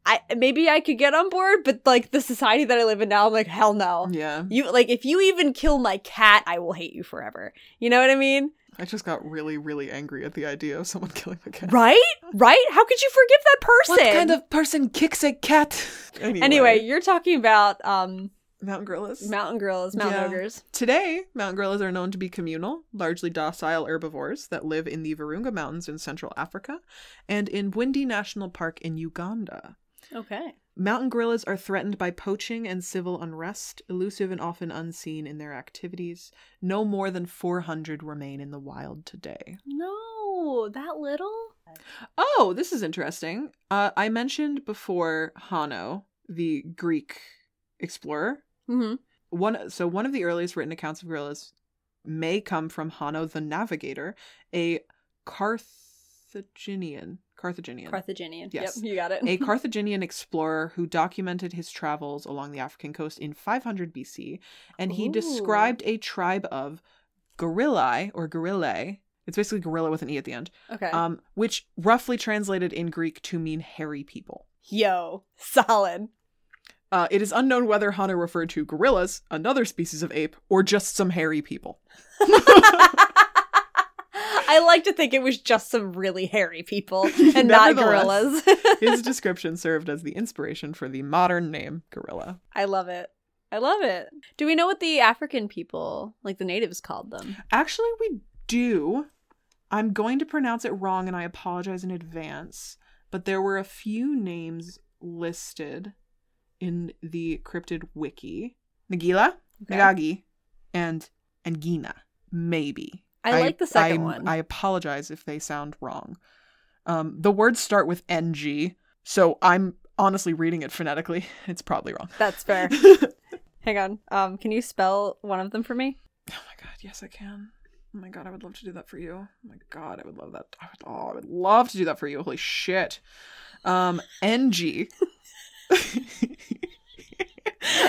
Speaker 1: I maybe I could get on board. But like the society that I live in now, I'm like, hell no.
Speaker 2: yeah.
Speaker 1: You like if you even kill my cat, I will hate you forever. You know what I mean?
Speaker 2: I just got really, really angry at the idea of someone [LAUGHS] killing a cat.
Speaker 1: Right? Right? How could you forgive that person?
Speaker 2: of person kicks a cat? [LAUGHS] Anyway,
Speaker 1: Anyway, you're talking about um
Speaker 2: mountain gorillas.
Speaker 1: Mountain gorillas, mountain
Speaker 2: Yeah.
Speaker 1: ogres.
Speaker 2: Today, mountain gorillas are known to be communal, largely docile herbivores that live in the Virunga Mountains in Central Africa and in Windi National Park in Uganda.
Speaker 1: Okay.
Speaker 2: Mountain gorillas are threatened by poaching and civil unrest, elusive and often unseen in their activities. No more than 400 remain in the wild today.
Speaker 1: No, that little?
Speaker 2: Oh, this is interesting. Uh, I mentioned before Hanno, the Greek explorer.
Speaker 1: hmm
Speaker 2: One, so one of the earliest written accounts of gorillas may come from Hanno the Navigator, a Carthaginian. Carthaginian.
Speaker 1: Carthaginian.
Speaker 2: Yes.
Speaker 1: Yep, you got it.
Speaker 2: a Carthaginian explorer who documented his travels along the African coast in 500 BC, and he
Speaker 1: Ooh.
Speaker 2: described a tribe of gorillae or gorillae. It's basically gorilla with an e at the end,
Speaker 1: [LAUGHS] okay.
Speaker 2: um, which roughly translated in Greek to mean hairy people.
Speaker 1: Yo,
Speaker 2: [LAUGHS]
Speaker 1: solid.
Speaker 2: Uh, it is unknown whether Hana referred to gorillas, another species of ape, or just some hairy people.
Speaker 1: I like to think it was just some really hairy
Speaker 2: [LAUGHS]
Speaker 1: people and not
Speaker 2: Nevertheless.
Speaker 1: gorillas.
Speaker 2: [LAUGHS]
Speaker 1: [LAUGHS]
Speaker 2: His description served as the inspiration for the modern name gorilla.
Speaker 1: I love it. I love it. Do we know what the African people, like the natives, called them?
Speaker 2: Actually, we do. I'm going to pronounce it wrong and I apologize in advance, but there were a few names listed in the cryptid wiki Nagila,
Speaker 1: Okay.
Speaker 2: Nagagi, and Angina. Maybe.
Speaker 1: I like the second
Speaker 2: I'm-
Speaker 1: one.
Speaker 2: I apologize if they sound wrong. Um, the words start with NG, so I'm honestly reading it phonetically. [LAUGHS] It's probably wrong.
Speaker 1: That's fair.
Speaker 2: [LAUGHS] oh my
Speaker 1: Hang on. Um, can you spell one of them for me?
Speaker 2: god, yes I can. Oh my god, I would love to do that for you. Oh my god, I would love that. I would, oh, I would love to do that for you. Holy shit. Um, NG. [LAUGHS]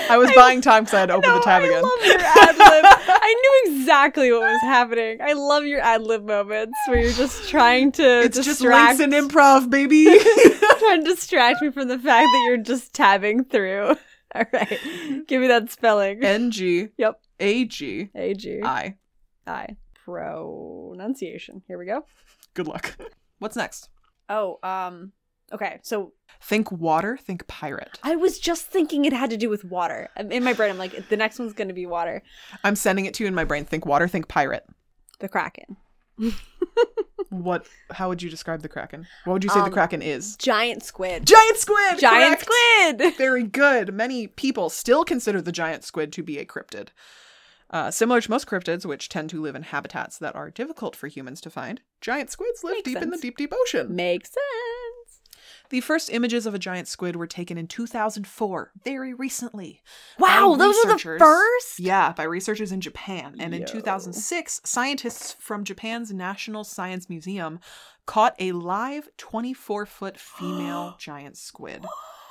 Speaker 2: I was
Speaker 1: [LAUGHS] I-
Speaker 2: buying time because I had to open
Speaker 1: no,
Speaker 2: the tab
Speaker 1: I
Speaker 2: again.
Speaker 1: love your ad lib. I knew exactly what was happening. I love your ad lib moments where you're just trying to
Speaker 2: it's just
Speaker 1: distract
Speaker 2: links
Speaker 1: [LAUGHS]
Speaker 2: and improv, baby.
Speaker 1: trying to distract me from the fact that you're just tabbing through. [LAUGHS] All right. Give me that spelling.
Speaker 2: NG.
Speaker 1: Yep.
Speaker 2: AG.
Speaker 1: A G
Speaker 2: I.
Speaker 1: I. Pronunciation. Here we go.
Speaker 2: Good luck. What's next?
Speaker 1: Oh, um okay. So
Speaker 2: Think water, think pirate.
Speaker 1: I was just thinking it had to do with water. Um, In my brain I'm like the next one's going to be water.
Speaker 2: I'm sending it to you in my brain. Think water, think pirate.
Speaker 1: The Kraken.
Speaker 2: What how would you describe the Kraken? What would you say the
Speaker 1: Um,
Speaker 2: Kraken is?
Speaker 1: Giant squid.
Speaker 2: Giant squid.
Speaker 1: Giant
Speaker 2: correct!
Speaker 1: squid.
Speaker 2: Very good. Many people still consider the giant squid to be a cryptid. Uh, similar to most cryptids, which tend to live in habitats that are difficult for humans to find, giant squids live
Speaker 1: Makes
Speaker 2: deep in the
Speaker 1: sense.
Speaker 2: deep, deep ocean.
Speaker 1: Makes sense.
Speaker 2: The first images of a giant squid were taken in 2004, very recently.
Speaker 1: Wow,
Speaker 2: by
Speaker 1: those are the
Speaker 2: researchers-
Speaker 1: first?
Speaker 2: Yeah, by researchers in Japan. And in
Speaker 1: Yo.
Speaker 2: 2006, scientists from Japan's National Science Museum caught a live 24 foot
Speaker 1: [GASPS]
Speaker 2: female giant squid.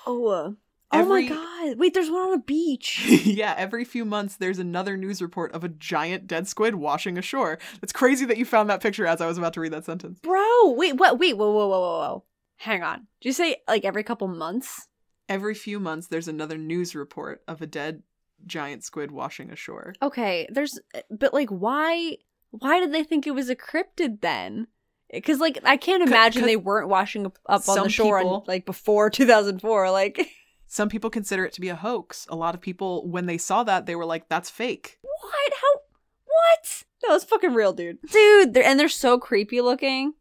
Speaker 1: Oh. uh,
Speaker 2: Every-
Speaker 1: Oh my god. Wait, there's one on a beach.
Speaker 2: yeah, every few months there's another news report of a giant dead squid washing ashore. It's crazy that you found that picture as I was about to read that sentence.
Speaker 1: Bro, wait, what? Wait, whoa, whoa, whoa, whoa, whoa. Hang on. Did you say like every couple months?
Speaker 2: Every few months there's another news report of a dead giant squid washing ashore.
Speaker 1: Okay, there's, uh, but like, why? Why did they think it was a cryptid then? Because like, I can't
Speaker 2: C-
Speaker 1: imagine
Speaker 2: c-
Speaker 1: they weren't washing up up on
Speaker 2: some
Speaker 1: the shore on-
Speaker 2: people-
Speaker 1: like before [LAUGHS] 2004. Like,
Speaker 2: Some people consider it to be a hoax. A lot of people, when they saw that, they were like, that's fake.
Speaker 1: what? How? What? No, it's fucking real,
Speaker 2: [LAUGHS]
Speaker 1: dude. Dude, they're, and they're so creepy looking.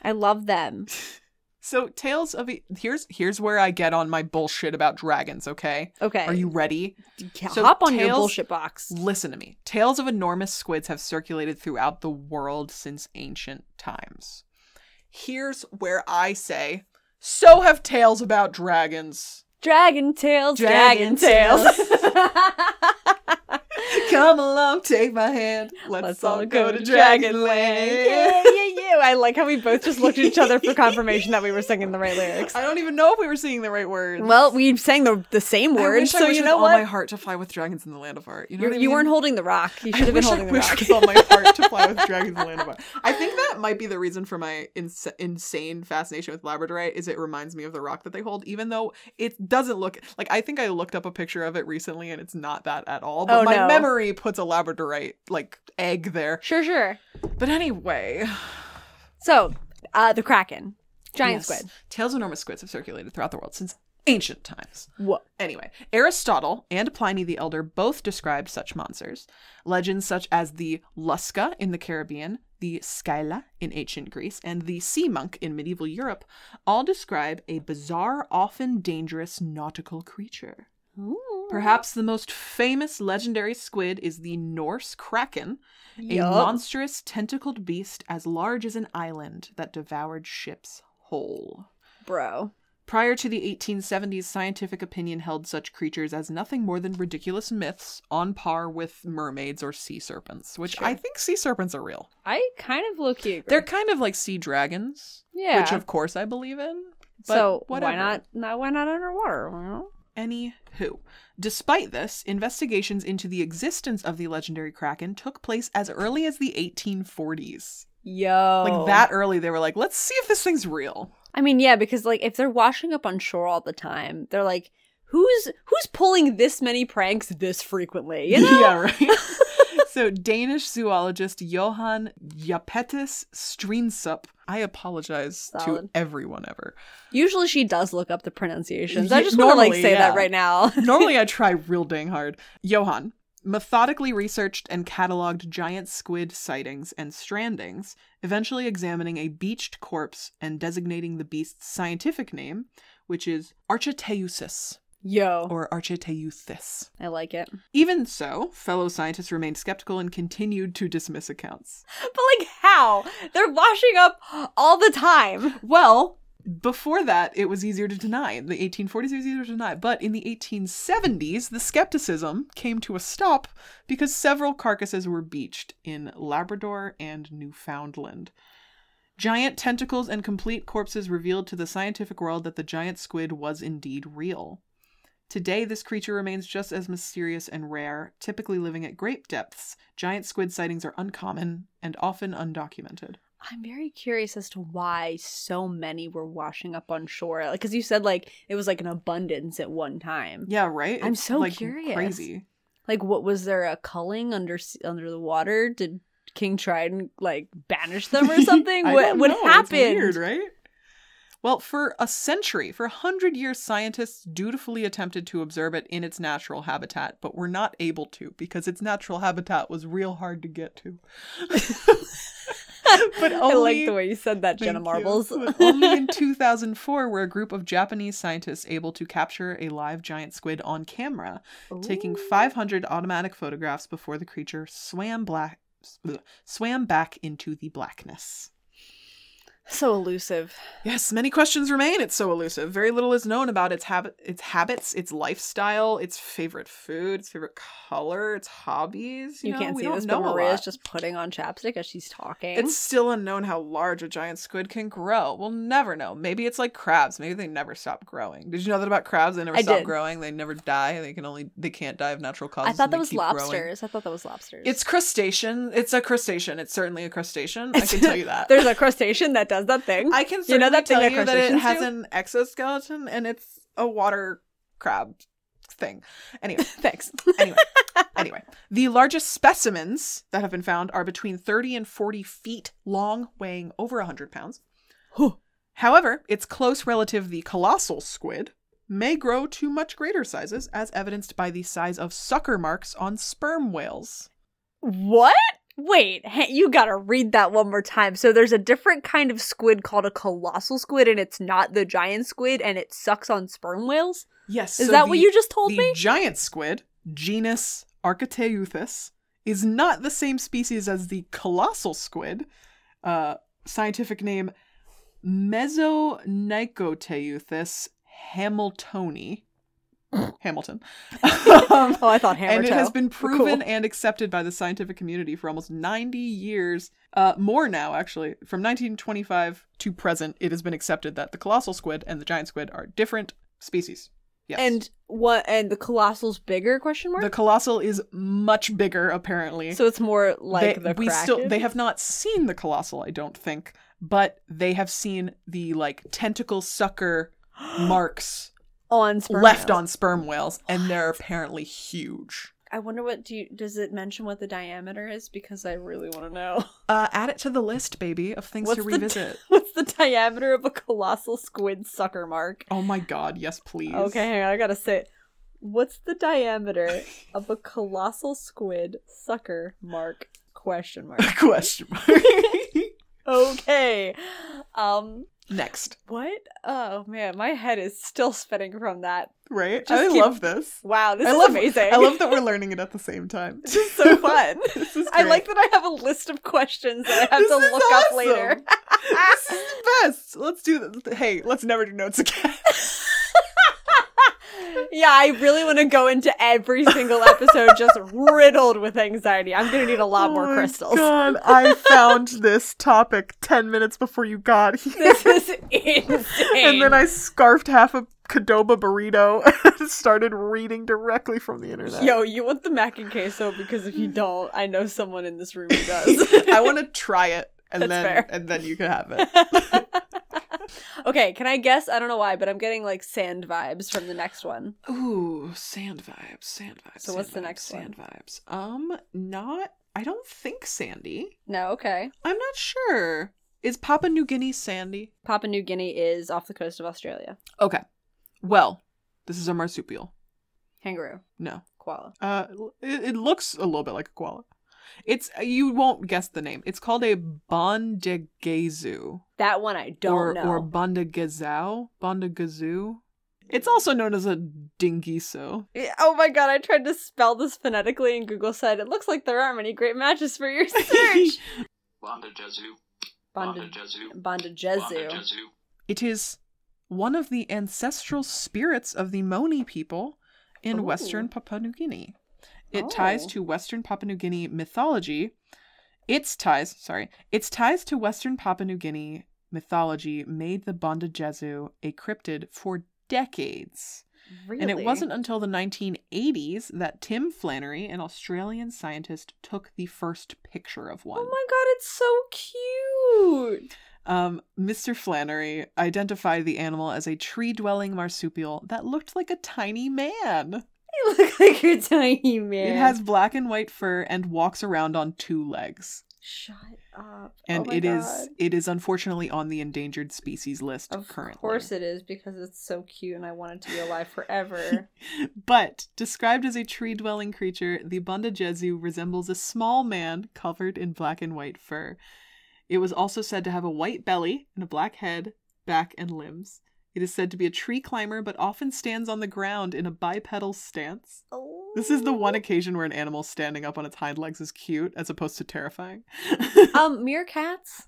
Speaker 1: I love them.
Speaker 2: So tales of e- here's here's where I get on my bullshit about dragons, okay?
Speaker 1: Okay,
Speaker 2: Are you ready?
Speaker 1: Yeah,
Speaker 2: so
Speaker 1: hop on your
Speaker 2: Tails-
Speaker 1: bullshit box.
Speaker 2: Listen to me. Tales of enormous squids have circulated throughout the world since ancient times. Here's where I say, so have tales about dragons.
Speaker 1: Dragon tails, dragon,
Speaker 2: Dragon [LAUGHS]
Speaker 1: tails.
Speaker 2: Come along, take my hand. Let's, all go, to Dragonland.
Speaker 1: Yeah, yeah, yeah. I like how we both just looked at each other for confirmation that we were singing the right lyrics.
Speaker 2: I don't even know if we were singing the right words.
Speaker 1: [LAUGHS] Well, we sang the, the same
Speaker 2: I
Speaker 1: words,
Speaker 2: wish I
Speaker 1: so
Speaker 2: wish
Speaker 1: you
Speaker 2: with
Speaker 1: know
Speaker 2: all my
Speaker 1: what?
Speaker 2: heart to fly with dragons in the land of art. You know
Speaker 1: You,
Speaker 2: what I
Speaker 1: you
Speaker 2: mean?
Speaker 1: weren't holding the rock. You
Speaker 2: I
Speaker 1: should have been
Speaker 2: wish I
Speaker 1: holding the
Speaker 2: wish
Speaker 1: rock.
Speaker 2: with all my heart to
Speaker 1: [LAUGHS]
Speaker 2: fly with dragons in the land of art. I think that might be the reason for my ins- insane fascination with labradorite is it reminds me of the rock that they hold, even though it doesn't look like I think I looked up a picture of it recently and it's not that at all. But
Speaker 1: Oh,
Speaker 2: my
Speaker 1: no.
Speaker 2: memory puts a labradorite like egg there.
Speaker 1: [LAUGHS] Sure, sure.
Speaker 2: But anyway,
Speaker 1: So, uh, the Kraken, giant
Speaker 2: [SIGHS] yes.
Speaker 1: squid.
Speaker 2: Tales of enormous squids have circulated throughout the world since ancient times.
Speaker 1: What?
Speaker 2: Anyway, Aristotle and Pliny the Elder both described such monsters. Legends such as the Lusca in the Caribbean, the Scylla in ancient Greece, and the sea monk in medieval Europe all describe a bizarre, often dangerous nautical creature. Perhaps the most famous legendary squid is the Norse kraken, a
Speaker 1: Yup.
Speaker 2: monstrous tentacled beast as large as an island that devoured ships whole.
Speaker 1: bro.
Speaker 2: Prior to the 1870s, scientific opinion held such creatures as nothing more than ridiculous myths on par with mermaids or sea serpents, which I
Speaker 1: Sure.
Speaker 2: think sea serpents are real.
Speaker 1: I kind of look you.
Speaker 2: They're kind of like sea dragons,
Speaker 1: yeah.
Speaker 2: which of course I believe in. But
Speaker 1: so
Speaker 2: whatever.
Speaker 1: why not? Not why not underwater? you know?
Speaker 2: Anywho, despite this, investigations into the existence of the legendary kraken took place as early as the 1840s.
Speaker 1: Yo,
Speaker 2: Like that early, they were like, let's see if this thing's real.
Speaker 1: I mean, yeah, because like if they're washing up on shore all the time, they're like, who's who's pulling this many pranks this frequently? [LAUGHS] You know?
Speaker 2: [LAUGHS] Yeah, right. so Danish zoologist Johan Japetus Streensup. I apologize to
Speaker 1: Solid.
Speaker 2: everyone ever.
Speaker 1: Usually she does look up the pronunciations.
Speaker 2: Ye-
Speaker 1: I just want to like
Speaker 2: normally,
Speaker 1: say
Speaker 2: yeah.
Speaker 1: that right now. [LAUGHS]
Speaker 2: Normally I try real dang hard. Johan methodically researched and cataloged giant squid sightings and strandings, eventually examining a beached corpse and designating the beast's scientific name, which is Architeusis
Speaker 1: Yo,
Speaker 2: or Architeuthis.
Speaker 1: I like it.
Speaker 2: Even so, fellow scientists remained skeptical and continued to dismiss accounts.
Speaker 1: But like how? They're washing up all the time.
Speaker 2: Well, before that, it was easier to deny. In the 1840s, it was easier to deny. But in the 1870s, the skepticism came to a stop because several carcasses were beached in Labrador and Newfoundland. Giant tentacles and complete corpses revealed to the scientific world that the giant squid was indeed real. Today, this creature remains just as mysterious and rare, typically living at great depths. Giant squid sightings are uncommon and often undocumented.
Speaker 1: I'm very curious as to why so many were washing up on shore. Like cuz you said like it was like an abundance at one time.
Speaker 2: Yeah, right.
Speaker 1: I'm so curious.
Speaker 2: Crazy.
Speaker 1: Like what was there a culling under under the water? Did King Triton like banish them or something?
Speaker 2: [LAUGHS] I
Speaker 1: what
Speaker 2: don't
Speaker 1: what
Speaker 2: know. It's
Speaker 1: happened? [LAUGHS]
Speaker 2: weird, right? Well, for a century, for a hundred years, scientists dutifully attempted to observe it in its natural habitat, but were not able to because its natural habitat was real hard to get to. But
Speaker 1: I like
Speaker 2: only-
Speaker 1: the way you said that,
Speaker 2: Thank
Speaker 1: Jenna
Speaker 2: you.
Speaker 1: Marbles.
Speaker 2: But [LAUGHS]
Speaker 1: [LAUGHS]
Speaker 2: Only in 2004 were a group of Japanese scientists able to capture a live giant squid on camera, taking
Speaker 1: Ooh.
Speaker 2: 500 automatic photographs before the creature swam black ugh, swam back into the blackness.
Speaker 1: So elusive.
Speaker 2: Yes, many questions remain. It's so elusive. Very little is known about its habit, its habits, its lifestyle, its favorite food, its favorite color, its hobbies.
Speaker 1: You,
Speaker 2: know,
Speaker 1: can't
Speaker 2: we
Speaker 1: see
Speaker 2: don't
Speaker 1: this,
Speaker 2: know
Speaker 1: but
Speaker 2: a
Speaker 1: Maria is
Speaker 2: lot.
Speaker 1: just putting on chapstick as she's talking.
Speaker 2: It's still unknown how large a giant squid can grow. We'll never know. Maybe it's like crabs. Maybe they never stop growing. Did you know that about crabs? They never
Speaker 1: I
Speaker 2: stop
Speaker 1: did.
Speaker 2: growing. They never die. They can only they can't die of natural
Speaker 1: I
Speaker 2: causes.
Speaker 1: thought
Speaker 2: and they
Speaker 1: that was
Speaker 2: keep growing.
Speaker 1: lobsters. I thought that was lobsters. [LAUGHS]
Speaker 2: It's crustacean. It's a crustacean. It's certainly a crustacean. I
Speaker 1: It's-
Speaker 2: can tell you
Speaker 1: [LAUGHS]
Speaker 2: that.
Speaker 1: there's a crustacean that does that thing.
Speaker 2: I can certainly
Speaker 1: You know that thing
Speaker 2: tell
Speaker 1: that
Speaker 2: you that it
Speaker 1: crustaceans
Speaker 2: has
Speaker 1: do?
Speaker 2: an exoskeleton and it's a water crab thing.
Speaker 1: [LAUGHS]
Speaker 2: Anyway,
Speaker 1: Thanks.
Speaker 2: anyway, anyway, the largest specimens that have been found are between 30 and 40 feet long, weighing over 100 pounds. However, its close relative, the colossal squid, may grow to much greater sizes, as evidenced by the size of sucker marks on sperm whales.
Speaker 1: What? Wait, ha- you gotta read that one more time. So there's a different kind of squid called a colossal squid, and it's not the giant squid, and it sucks on sperm whales.
Speaker 2: Yes.
Speaker 1: Is
Speaker 2: so
Speaker 1: that
Speaker 2: the-
Speaker 1: what you just told
Speaker 2: the
Speaker 1: me?
Speaker 2: giant squid, genus Architeuthis, is not the same species as the colossal squid, uh, scientific name Mesonychoteuthis
Speaker 1: [LAUGHS]
Speaker 2: hamiltoni. Hamilton. [LAUGHS] Um,
Speaker 1: Oh, I thought hammer
Speaker 2: and it
Speaker 1: toe.
Speaker 2: has been proven
Speaker 1: Cool.
Speaker 2: and accepted by the scientific community for almost 90 years, uh, more now actually. From 1925 to present, it has been accepted that the colossal squid and the giant squid are different species. Yes.
Speaker 1: And what? And the colossal's bigger? Question mark.
Speaker 2: The colossal is much bigger, apparently.
Speaker 1: so it's more like
Speaker 2: they,
Speaker 1: the
Speaker 2: we
Speaker 1: kraken.
Speaker 2: still they have not seen the colossal, I don't think, but they have seen the like
Speaker 1: [GASPS]
Speaker 2: tentacle sucker marks
Speaker 1: on sperm
Speaker 2: left
Speaker 1: whales.
Speaker 2: on sperm whales, and they're apparently huge.
Speaker 1: I wonder what do you, does it mention what the diameter is because I really want to know.
Speaker 2: Uh, add it to the list, baby, of things to
Speaker 1: What's the-
Speaker 2: revisit.
Speaker 1: [LAUGHS] What's the diameter of a colossal squid sucker mark?
Speaker 2: [LAUGHS] oh my god, yes, please.
Speaker 1: Okay,
Speaker 2: [LAUGHS]
Speaker 1: hang on, I gotta say it. What's the diameter of a colossal squid sucker mark?
Speaker 2: [LAUGHS]
Speaker 1: Question mark.
Speaker 2: Question mark.
Speaker 1: Okay. Um
Speaker 2: Next.
Speaker 1: What? Oh man, my head is still spinning from that.
Speaker 2: Right?
Speaker 1: Just
Speaker 2: I
Speaker 1: keep-
Speaker 2: love this.
Speaker 1: Wow, this
Speaker 2: I
Speaker 1: is
Speaker 2: love-
Speaker 1: amazing. [LAUGHS]
Speaker 2: I love that we're learning it at the same time.
Speaker 1: this is so fun.
Speaker 2: [LAUGHS] this is
Speaker 1: I
Speaker 2: great.
Speaker 1: like that I have a list of questions that I have
Speaker 2: This
Speaker 1: to
Speaker 2: is
Speaker 1: look up later.
Speaker 2: this
Speaker 1: [LAUGHS]
Speaker 2: is the best. Let's do this. Hey, let's never do notes again.
Speaker 1: [LAUGHS] yeah, I really want to go into every single episode just
Speaker 2: [LAUGHS]
Speaker 1: riddled with anxiety. I'm going to need a lot more
Speaker 2: Oh my
Speaker 1: crystals.
Speaker 2: God, I found this topic 10 minutes before you got here.
Speaker 1: [LAUGHS] This is insane.
Speaker 2: [LAUGHS] And then I scarfed half a Cadoba burrito and [LAUGHS] started reading directly from the internet.
Speaker 1: Yo, you want the mac and queso because if you don't, I know someone in this room who
Speaker 2: [LAUGHS] I
Speaker 1: does.
Speaker 2: want to try it and
Speaker 1: That's
Speaker 2: then
Speaker 1: fair.
Speaker 2: and then you can have it.
Speaker 1: [LAUGHS] okay, can I guess? I don't know why, but I'm getting like sand vibes from the next one.
Speaker 2: [LAUGHS] Ooh, sand vibes, sand vibes.
Speaker 1: So
Speaker 2: sand
Speaker 1: what's the
Speaker 2: vibes,
Speaker 1: next one?
Speaker 2: sand vibes? Um, not I don't think sandy.
Speaker 1: No, okay.
Speaker 2: I'm not sure. Is Papua New Guinea sandy?
Speaker 1: Papua New Guinea is off the coast of Australia.
Speaker 2: Okay. Well, this is a marsupial.
Speaker 1: Kangaroo,
Speaker 2: No.
Speaker 1: koala.
Speaker 2: Uh it, it looks a little bit like a koala. It's you won't guess the name. It's called a bandagezu.
Speaker 1: That one I don't
Speaker 2: or
Speaker 1: know.
Speaker 2: or bandagazao, bandagazoo. It's also known as a dingiso.
Speaker 1: Yeah, Oh my god, I tried to spell this phonetically and Google said it looks like there aren't many great matches for
Speaker 2: [LAUGHS]
Speaker 1: your search.
Speaker 3: Banda Jesu. Banda
Speaker 1: Bond-
Speaker 3: Jesu. Banda
Speaker 1: Bondajezu.
Speaker 3: Jesu.
Speaker 2: It is one of the ancestral spirits of the Moni people in
Speaker 1: Ooh.
Speaker 2: Western Papua New Guinea. It
Speaker 1: Oh.
Speaker 2: ties to Western Papua New Guinea mythology. Its ties, sorry, its ties to Western Papua New Guinea mythology made the Banda Jesu a cryptid for decades.
Speaker 1: Really?
Speaker 2: And it wasn't until the 1980s that Tim Flannery, an Australian scientist, took the first picture of one.
Speaker 1: Oh my god, it's so cute.
Speaker 2: Um, Mr. Flannery identified the animal as a tree dwelling marsupial that looked like a tiny man.
Speaker 1: You [LAUGHS] look like a tiny man.
Speaker 2: It has black and white fur and walks around on two legs.
Speaker 1: Shut up.
Speaker 2: And
Speaker 1: oh my
Speaker 2: it is
Speaker 1: God.
Speaker 2: it is unfortunately on the endangered species list
Speaker 1: Of
Speaker 2: currently.
Speaker 1: course it is because it's so cute and I want it to be
Speaker 2: [LAUGHS]
Speaker 1: alive forever.
Speaker 2: But described as a tree dwelling creature, the Banda Jesu resembles a small man covered in black and white fur. It was also said to have a white belly and a black head, back, and limbs. It is said to be a tree climber, but often stands on the ground in a bipedal stance. This is the one
Speaker 1: Oh.
Speaker 2: occasion where an animal standing up on its hind legs is cute, as opposed to terrifying.
Speaker 1: um, mere cats.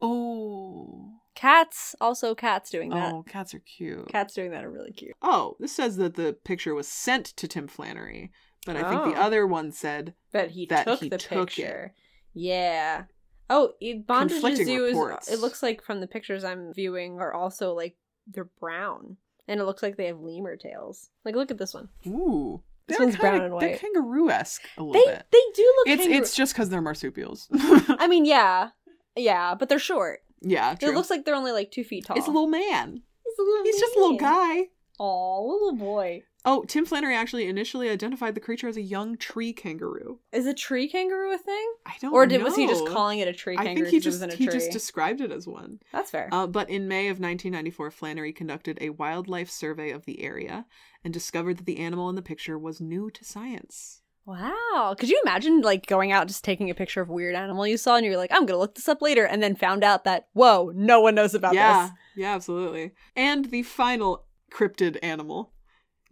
Speaker 2: oh.
Speaker 1: Cats, also cats doing that.
Speaker 2: Oh, cats are cute.
Speaker 1: Cats doing that are really cute.
Speaker 2: Oh, this says that the picture was sent to Tim Flannery, but I think the
Speaker 1: Oh.
Speaker 2: other one said
Speaker 1: But he
Speaker 2: that
Speaker 1: took
Speaker 2: he
Speaker 1: the
Speaker 2: took it.
Speaker 1: picture. Yeah. Oh, it- bondage
Speaker 2: Conflicting
Speaker 1: zoo
Speaker 2: reports.
Speaker 1: is. It looks like from the pictures I'm viewing are also like they're brown, and it looks like they have lemur tails. Like look at this one.
Speaker 2: Ooh.
Speaker 1: This
Speaker 2: They're
Speaker 1: one's brown
Speaker 2: kinda-
Speaker 1: and
Speaker 2: They're
Speaker 1: white.
Speaker 2: kangaroo esque a
Speaker 1: They
Speaker 2: little bit.
Speaker 1: they do look.
Speaker 2: It's
Speaker 1: kangaroo-
Speaker 2: it's just because they're marsupials. [LAUGHS]
Speaker 1: I mean, yeah, yeah, but they're short.
Speaker 2: yeah, true.
Speaker 1: It looks like they're only like two feet tall.
Speaker 2: it's a little man.
Speaker 1: It's a little
Speaker 2: He's just a little
Speaker 1: man.
Speaker 2: guy.
Speaker 1: Aw, little boy.
Speaker 2: Oh, Tim Flannery actually initially identified the creature as a young tree kangaroo.
Speaker 1: Is a tree kangaroo a thing,
Speaker 2: I don't.
Speaker 1: or did was he
Speaker 2: know.
Speaker 1: just calling it a tree
Speaker 2: I
Speaker 1: kangaroo?
Speaker 2: think he
Speaker 1: 'cause it was
Speaker 2: just
Speaker 1: in a
Speaker 2: he
Speaker 1: tree?
Speaker 2: just described it as one.
Speaker 1: That's fair.
Speaker 2: Uh, but in May of 1994, Flannery conducted a wildlife survey of the area and discovered that the animal in the picture was new to science.
Speaker 1: Wow. Could you imagine like going out just taking a picture of a weird animal you saw and you're like, I'm gonna look this up later and then found out that whoa, no one knows about
Speaker 2: yeah,
Speaker 1: this.
Speaker 2: yeah, absolutely. And the final cryptid animal.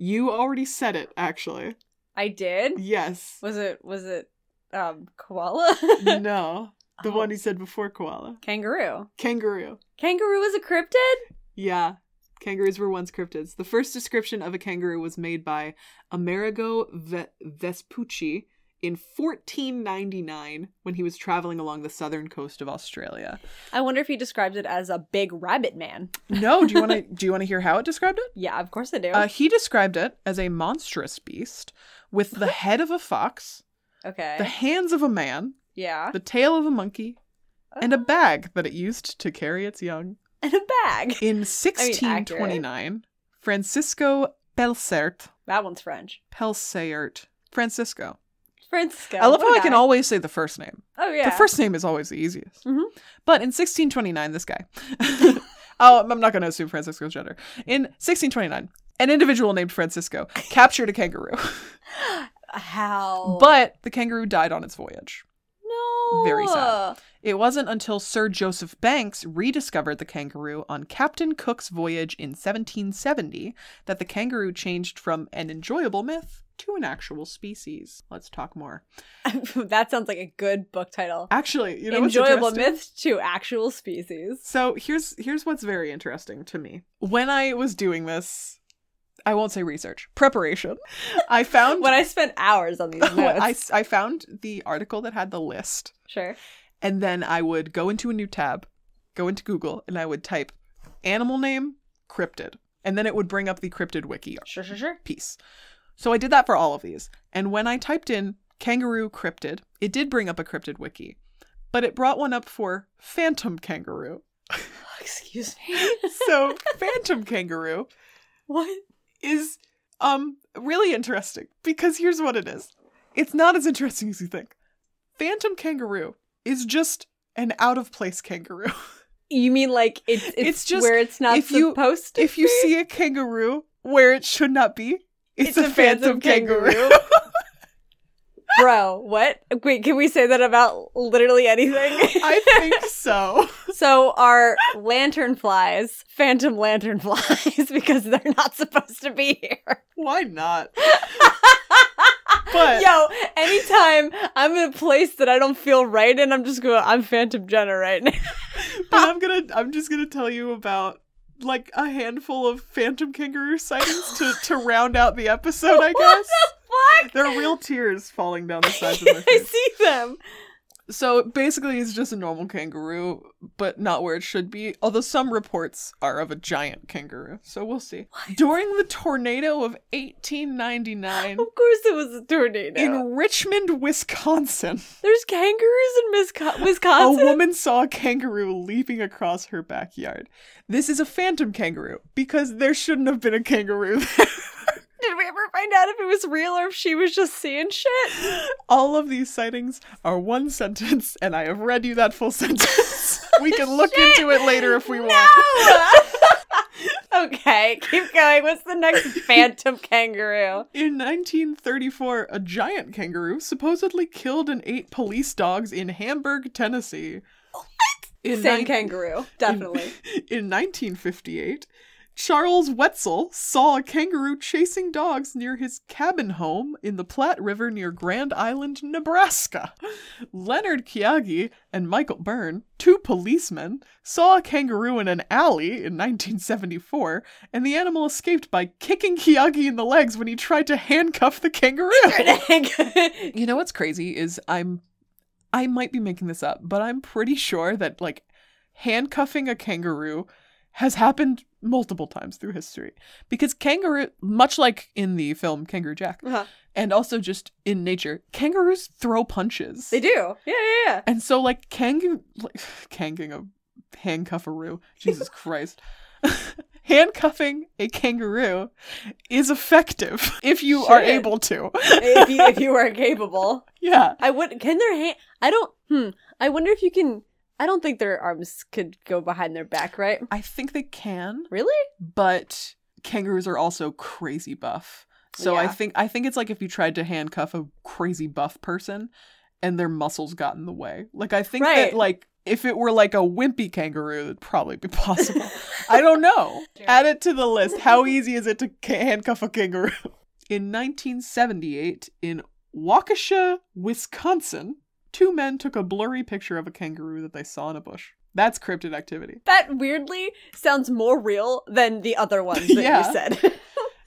Speaker 2: You already said it, actually.
Speaker 1: I did. [LAUGHS]
Speaker 2: Yes.
Speaker 1: Was it was it um koala? [LAUGHS]
Speaker 2: no. The
Speaker 1: Oh,
Speaker 2: one you said before koala.
Speaker 1: kangaroo.
Speaker 2: Kangaroo.
Speaker 1: Kangaroo is a cryptid?
Speaker 2: Yeah. Kangaroos were once cryptids. The first description of a kangaroo was made by Amerigo Ve- Vespucci in 1499 when he was traveling along the southern coast of Australia.
Speaker 1: I wonder if he describes it as a big rabbit man.
Speaker 2: No, do you want to do you want to hear how it described it?
Speaker 1: [LAUGHS] Yeah, of course I do.
Speaker 2: Uh, he described it as a monstrous beast with the head of a fox,
Speaker 1: okay.
Speaker 2: the hands of a man,
Speaker 1: yeah. Uh,
Speaker 2: the tail of a monkey, and a bag that it used to carry its young.
Speaker 1: [LAUGHS] and a [LAUGHS] bag.
Speaker 2: In 1629, Francisco Pelsert,
Speaker 1: That one's French.
Speaker 2: Pelsert, Francisco.
Speaker 1: Francisco.
Speaker 2: I love
Speaker 1: what
Speaker 2: how
Speaker 1: a
Speaker 2: I can
Speaker 1: guy.
Speaker 2: always say the first name.
Speaker 1: Oh yeah.
Speaker 2: The first name is always the easiest.
Speaker 1: Mhm.
Speaker 2: But in 1629,
Speaker 1: [LAUGHS]
Speaker 2: this guy. [LAUGHS] oh, I'm not going to assume Francisco's gender. In 1629, an individual named Francisco captured a kangaroo,
Speaker 1: [GASPS] How Oh.
Speaker 2: but the kangaroo died on its voyage.
Speaker 1: No No.
Speaker 2: Very sad. It wasn't until Sir Joseph Banks rediscovered the kangaroo on Captain Cook's voyage in 1770 that the kangaroo changed from an enjoyable myth to an actual species. Let's talk more.
Speaker 1: [LAUGHS] that sounds like a good book title.
Speaker 2: Actually, Ah, you know what's
Speaker 1: Enjoyable
Speaker 2: interesting?
Speaker 1: myth to actual species.
Speaker 2: So here's here's what's very interesting to me. When I was doing this, I won't say research, preparation, I
Speaker 1: [LAUGHS]
Speaker 2: found
Speaker 1: When I spent hours on these notes.
Speaker 2: [LAUGHS] I, I found the article that had the list
Speaker 1: sure.
Speaker 2: and then I would go into a new tab, go into Google, and I would type animal name, cryptid. And then it would bring up the cryptid wiki
Speaker 1: Sure, sure, sure.
Speaker 2: piece. So I did that for all of these. And when I typed in kangaroo cryptid, it did bring up a cryptid wiki, but it brought one up for phantom kangaroo.
Speaker 1: [LAUGHS] Excuse me. [LAUGHS]
Speaker 2: So phantom kangaroo
Speaker 1: what?
Speaker 2: is um really interesting because here's what it is. It's not as interesting as you think. Phantom kangaroo is just an out of place kangaroo.
Speaker 1: You mean like it's it's,
Speaker 2: It's just-
Speaker 1: where it's not
Speaker 2: if you-
Speaker 1: supposed to
Speaker 2: if you
Speaker 1: be?
Speaker 2: see a kangaroo where it should not be, it's, a, phantom, kangaroo.
Speaker 1: [LAUGHS] Bro, what? Wait, can we say that about literally anything?
Speaker 2: I think so.
Speaker 1: [LAUGHS] so are lantern flies phantom lantern [LAUGHS] flies because they're not supposed to be here.
Speaker 2: [LAUGHS] Why not? But
Speaker 1: Yo, anytime I'm in a place that I don't feel right in, I'm just going, I'm Phantom Jenna right now. [LAUGHS]
Speaker 2: but I'm gonna I'm just gonna tell you about like a handful of phantom kangaroo sightings to, to round out the episode, [LAUGHS] I
Speaker 1: What
Speaker 2: guess.
Speaker 1: the fuck?
Speaker 2: There are real tears falling down the sides of [LAUGHS] my
Speaker 1: [LAUGHS] I
Speaker 2: face.
Speaker 1: see them.
Speaker 2: So basically it's just a normal kangaroo, but not where it should be. Although some reports are of a giant kangaroo. So we'll see. During the tornado of 1899
Speaker 1: Of course it was a tornado.
Speaker 2: in Richmond, Wisconsin,
Speaker 1: There's kangaroos in Misco-
Speaker 2: a
Speaker 1: Wisconsin. [LAUGHS]
Speaker 2: woman saw a kangaroo leaping across her backyard. This is a phantom kangaroo because there shouldn't have been a kangaroo [LAUGHS] there.
Speaker 1: Did we ever find out if it was real or if she was just seeing shit?
Speaker 2: All of these sightings are one sentence, and I have read you that full [LAUGHS] sentence. we can look
Speaker 1: Shit!
Speaker 2: into it later if
Speaker 1: [LAUGHS]
Speaker 2: we
Speaker 1: no!
Speaker 2: want.
Speaker 1: okay, keep going. What's the next phantom kangaroo?
Speaker 2: In 1934, a giant kangaroo supposedly killed and ate police dogs in Hamburg, Tennessee. In
Speaker 1: Same
Speaker 2: nine-
Speaker 1: kangaroo, definitely.
Speaker 2: In 1958, Charles Wetzel saw a kangaroo chasing dogs near his cabin home in the Platte River near Grand Island, Nebraska. Leonard Kiagi and Michael Byrne, two policemen, saw a kangaroo in an alley in 1974, and the animal escaped by kicking Kiagi in the legs when he tried to handcuff the kangaroo.
Speaker 1: [LAUGHS]
Speaker 2: You know what's crazy is I'm I might be making this up, but I'm pretty sure that like handcuffing a kangaroo has happened multiple times through history because kangaroo much like in the film Kangaroo Jack
Speaker 1: Uh-huh.
Speaker 2: and also just in nature kangaroos throw punches.
Speaker 1: They do. Yeah, yeah, yeah.
Speaker 2: And so like kanging like [SIGHS] kanging a [LAUGHS] handcuffaroo. Jesus Christ. Handcuffing a kangaroo is effective [LAUGHS] if you are
Speaker 1: Shit.
Speaker 2: able to.
Speaker 1: if, you, if you are capable.
Speaker 2: Yeah.
Speaker 1: I would. Can their hand? I don't. Hmm. I wonder if you can. I don't think their arms could go behind their back, right?
Speaker 2: I think they can.
Speaker 1: [LAUGHS] Really?
Speaker 2: but kangaroos are also crazy buff. So I
Speaker 1: Yeah.
Speaker 2: think I think it's like if you tried to handcuff a crazy buff person and their muscles got in the way. Like I think
Speaker 1: Right.
Speaker 2: that like if it were like a wimpy kangaroo, it'd probably
Speaker 1: [LAUGHS]
Speaker 2: be [LAUGHS] possible. I don't know. Add it to the list. How easy is it to ca- handcuff a kangaroo? [LAUGHS] In 1978, in Waukesha, Wisconsin, two men took a blurry picture of a kangaroo that they saw in a bush. That's cryptid activity.
Speaker 1: That weirdly sounds more real than the other ones that
Speaker 2: Yeah.
Speaker 1: you [LAUGHS] said.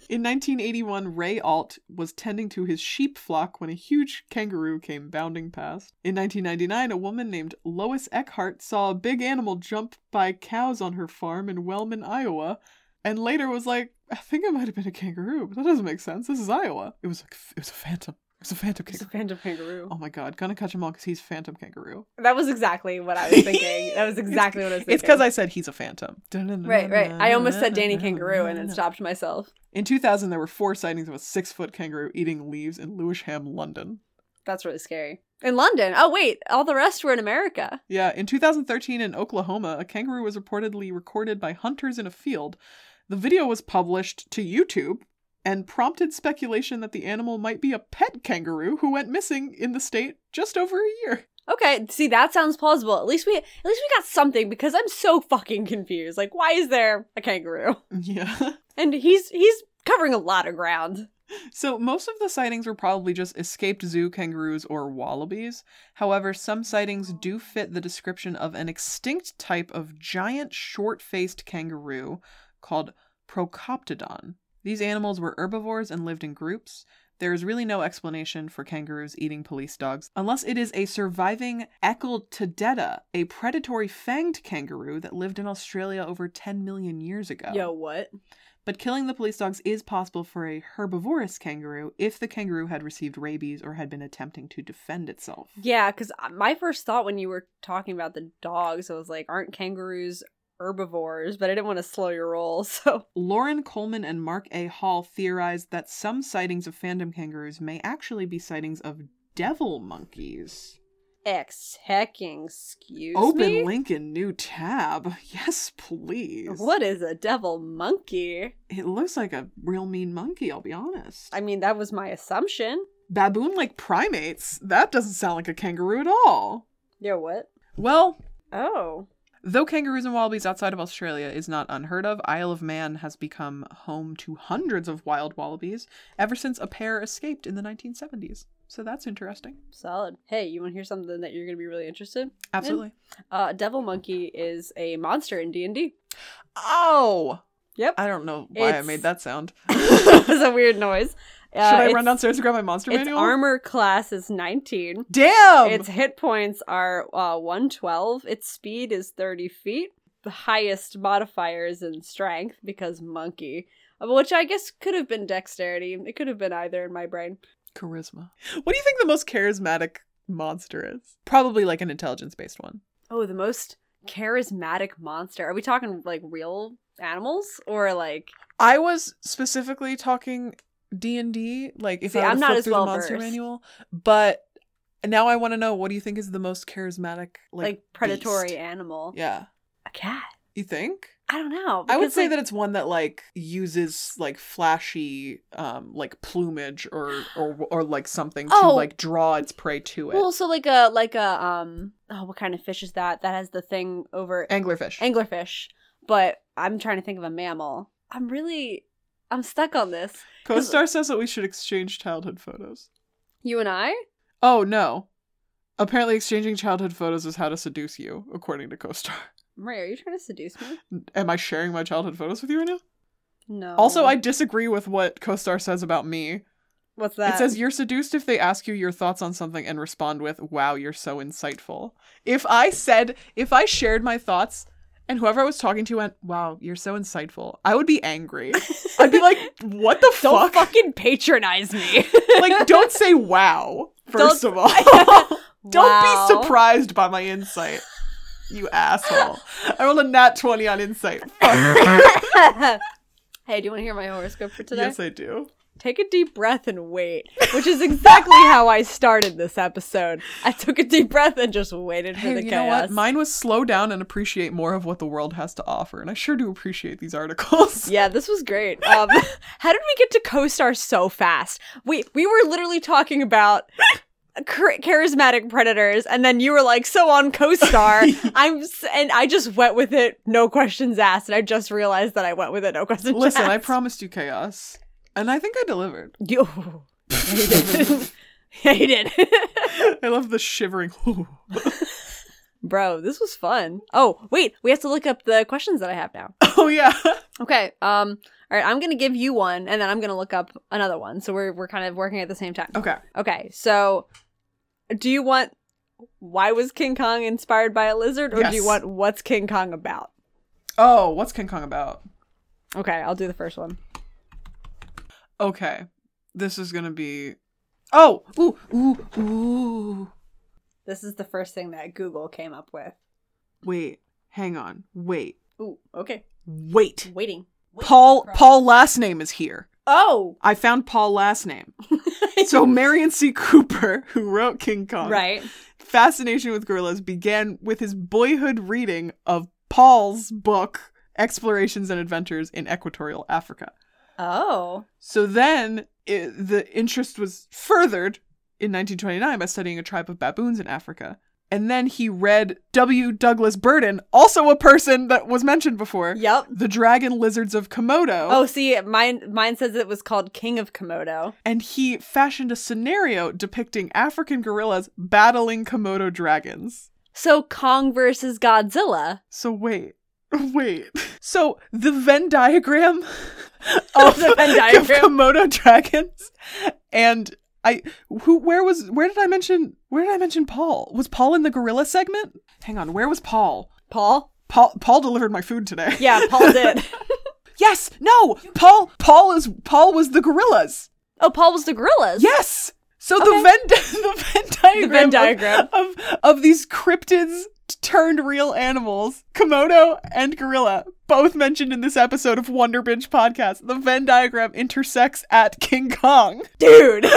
Speaker 2: In 1981, Ray Alt was tending to his sheep flock when a huge kangaroo came bounding past. In 1999, a woman named Lois Eckhart saw a big animal jump by cows on her farm in Wellman, Iowa, and later was like, "I think it might have been a kangaroo, but that doesn't make sense. This is Iowa. It was a, it was a phantom. It was a phantom
Speaker 1: It's a
Speaker 2: kangaroo.
Speaker 1: phantom kangaroo.
Speaker 2: Oh my god, gonna catch him all because he's phantom kangaroo.
Speaker 1: That was exactly what I was thinking. That was exactly what I was thinking.
Speaker 2: It's because I said he's a phantom.
Speaker 1: Right, right. I almost said Danny Kangaroo and then
Speaker 2: [LAUGHS]
Speaker 1: stopped myself.
Speaker 2: In 2000, there were four sightings of a six foot kangaroo eating leaves in Lewisham, London.
Speaker 1: That's really scary. In London. Oh, wait. All the rest were in America.
Speaker 2: Yeah, in 2013 in Oklahoma, a kangaroo was reportedly recorded by hunters in a field. The video was published to YouTube and prompted speculation that the animal might be a pet kangaroo who went missing in the state just over a year. [LAUGHS]
Speaker 1: Okay, see that sounds plausible. At least we at least we got something because I'm so fucking confused. Like why is there a kangaroo? [LAUGHS]
Speaker 2: Yeah.
Speaker 1: And he's he's covering a lot of ground.
Speaker 2: So most of the sightings were probably just escaped zoo kangaroos or wallabies. However, some sightings do fit the description of an extinct type of giant short-faced kangaroo called Procoptodon. These animals were herbivores and lived in groups. There is really no explanation for kangaroos eating police dogs unless it is a surviving Eccletodetta, a predatory fanged kangaroo that lived in Australia over 10 million years ago.
Speaker 1: Yo, what?
Speaker 2: But killing the police dogs is possible for a herbivorous kangaroo if the kangaroo had received rabies or had been attempting to defend itself.
Speaker 1: Yeah, because my first thought when you were talking about the dogs, I was like, aren't kangaroos herbivores? But I didn't want to slow your roll, [LAUGHS] so
Speaker 2: Lauren Coleman and Mark A. Hall theorized that some sightings of fandom kangaroos may actually be sightings of devil monkeys.
Speaker 1: X hecking excuse
Speaker 2: Open
Speaker 1: me?
Speaker 2: link in new tab. [LAUGHS] Yes, please.
Speaker 1: What is a devil monkey?
Speaker 2: It looks like a real mean monkey, I'll be honest.
Speaker 1: I mean, that was my assumption.
Speaker 2: Baboon like primates? That doesn't sound like a kangaroo at all.
Speaker 1: Yo, what?
Speaker 2: Well,
Speaker 1: Oh.
Speaker 2: Though kangaroos and wallabies outside of Australia is not unheard of, Isle of Man has become home to hundreds of wild wallabies ever since a pair escaped in the 1970s. So that's interesting.
Speaker 1: Solid. Hey, you want to hear something that you're going to be really interested? in?
Speaker 2: Absolutely.
Speaker 1: Uh, devil monkey is a monster in D and D.
Speaker 2: Oh!
Speaker 1: Yep, [LAUGHS]
Speaker 2: I don't know why I
Speaker 1: It's-
Speaker 2: made that [LAUGHS] sound.
Speaker 1: it was a weird noise. Uh,
Speaker 2: Should I
Speaker 1: it's-
Speaker 2: run downstairs and grab my monster
Speaker 1: Its
Speaker 2: manual? Um.
Speaker 1: armor class is 19.
Speaker 2: Damn!
Speaker 1: its hit points are uh, 112. Its speed is 30 feet. The highest modifier is in strength because monkey, uh, which I guess could have been dexterity. It could have been either in my brain.
Speaker 2: Charisma. What do you think the most charismatic monster is? Probably like an intelligence based one.
Speaker 1: Oh, the most charismatic monster. Are we talking like real animals or like
Speaker 2: I was specifically talking D and D, like if
Speaker 1: See,
Speaker 2: I were
Speaker 1: I'm
Speaker 2: to
Speaker 1: not
Speaker 2: flip
Speaker 1: as
Speaker 2: through
Speaker 1: well
Speaker 2: the monster
Speaker 1: versed.
Speaker 2: manual, but now I want to know what do you think is the most charismatic,
Speaker 1: like,
Speaker 2: like,
Speaker 1: predatory
Speaker 2: beast?
Speaker 1: animal?
Speaker 2: Yeah,
Speaker 1: A cat.
Speaker 2: you think?
Speaker 1: I don't know.
Speaker 2: I would
Speaker 1: because,
Speaker 2: say
Speaker 1: like-
Speaker 2: that it's one that like uses like flashy, um, like plumage or
Speaker 1: [SIGHS]
Speaker 2: or or like something to
Speaker 1: Oh.
Speaker 2: like draw its prey to it.
Speaker 1: Well, so like a like a um oh what kind of fish is that that has the thing over
Speaker 2: Anglerfish.
Speaker 1: anglerfish, but I'm trying to think of a mammal. I'm really I'm stuck on this.
Speaker 2: Co-star says that we should exchange childhood photos.
Speaker 1: You and I?
Speaker 2: Oh no. Apparently, exchanging childhood photos is how to seduce you, according to CoStar.
Speaker 1: Maria, are you trying to seduce me?
Speaker 2: Am I sharing my childhood photos with you right now?
Speaker 1: No.
Speaker 2: Also, I disagree with what CoStar says about me.
Speaker 1: what's that?
Speaker 2: It says you're seduced if they ask you your thoughts on something and respond with, "Wow, you're so insightful." If I said, if I shared my thoughts and whoever I was talking to went, "Wow, you're so insightful," I would
Speaker 1: [LAUGHS]
Speaker 2: be angry. I'd be like, "What the
Speaker 1: don't
Speaker 2: fuck?"
Speaker 1: fucking patronize me.
Speaker 2: [LAUGHS] like, don't say "Wow." 1st
Speaker 1: [LAUGHS] Don't-
Speaker 2: of all, [LAUGHS] don't be surprised by my insight.
Speaker 1: [LAUGHS]
Speaker 2: You asshole. I rolled a nat 20 on insight.
Speaker 1: [LAUGHS]
Speaker 2: Fuck.
Speaker 1: surprised. [LAUGHS] hey, do you want to hear my horoscope for today?
Speaker 2: yes, I do.
Speaker 1: Take a deep breath and wait, which is exactly [LAUGHS] how I started this episode. I took a deep breath and just waited for
Speaker 2: Hey,
Speaker 1: the
Speaker 2: you know
Speaker 1: chaos.
Speaker 2: what? Mine was slow down and appreciate more of what the world has to offer, and I sure do appreciate these articles.
Speaker 1: Yeah, this was great. Um, [LAUGHS] how did we get to co-star so fast? We we were literally talking about char- charismatic predators, and then you were like, "So on [LAUGHS] co-star, I'm," s- and I just went with it, no questions asked, and I just realized that I went with it, no questions
Speaker 2: [LAUGHS] Listen, I
Speaker 1: asked.
Speaker 2: promised you chaos, and I think I delivered.
Speaker 1: You [LAUGHS] yeah, you did,
Speaker 2: [LAUGHS]
Speaker 1: [LAUGHS]
Speaker 2: I love the shivering. [LAUGHS]
Speaker 1: bro. This was fun. Oh wait, we have to look up the questions that I have now.
Speaker 2: oh yeah. [LAUGHS]
Speaker 1: Okay. Um. All right. I'm gonna give you one, and then I'm gonna look up another one. So we're we're kind of working at the same time.
Speaker 2: Okay.
Speaker 1: Okay, so do you want why was King Kong inspired by a lizard, or do you
Speaker 2: Yes.
Speaker 1: want what's King Kong about?
Speaker 2: Oh, what's King Kong about?
Speaker 1: Okay, I'll do the first one.
Speaker 2: Okay, this is gonna be. Oh, ooh, ooh, ooh.
Speaker 1: This is the first thing that Google came up with.
Speaker 2: Wait, hang on. Wait,
Speaker 1: Ooh, okay.
Speaker 2: wait.
Speaker 1: Waiting.
Speaker 2: Paul. Paul last name is here.
Speaker 1: Oh,
Speaker 2: I found Paul last [LAUGHS] name. [LAUGHS] so Marion C. Cooper, who wrote King
Speaker 1: [LAUGHS]
Speaker 2: Kong,
Speaker 1: right.
Speaker 2: fascination with gorillas began with his boyhood reading of Paul's book, Explorations and Adventures in Equatorial Africa.
Speaker 1: Oh,
Speaker 2: So then i the interest was furthered in 1929 by studying a tribe of baboons in Africa. And then he read W. Douglas Burden, also a person that was mentioned before.
Speaker 1: Yep.
Speaker 2: The Dragon Lizards of Komodo.
Speaker 1: Oh, see, mine mine says it was called King of Komodo.
Speaker 2: And he fashioned a scenario depicting African gorillas battling Komodo dragons.
Speaker 1: So Kong versus Godzilla. [LAUGHS]
Speaker 2: So wait. Wait. So the Venn diagram [LAUGHS]
Speaker 1: Oh, the Venn diagram.
Speaker 2: of Komodo dragons and I who where was where did I mention where did I mention Paul? Was Paul in the gorilla segment? Hang on, where was Paul?
Speaker 1: Paul?
Speaker 2: Paul Paul delivered my food today.
Speaker 1: Yeah, [LAUGHS] Paul did.
Speaker 2: Yes, no. Paul Paul is Paul was the gorillas.
Speaker 1: oh, Paul was the gorillas.
Speaker 2: Yes. So the
Speaker 1: Okay.
Speaker 2: Venn [LAUGHS] the Venn diagram,
Speaker 1: The Venn
Speaker 2: of-
Speaker 1: diagram.
Speaker 2: Of, of these cryptids t- turned real animals, Komodo and gorilla, both mentioned in this episode of Wonder Binge podcast. The Venn diagram intersects at
Speaker 1: [LAUGHS]
Speaker 2: King Kong.
Speaker 1: Dude.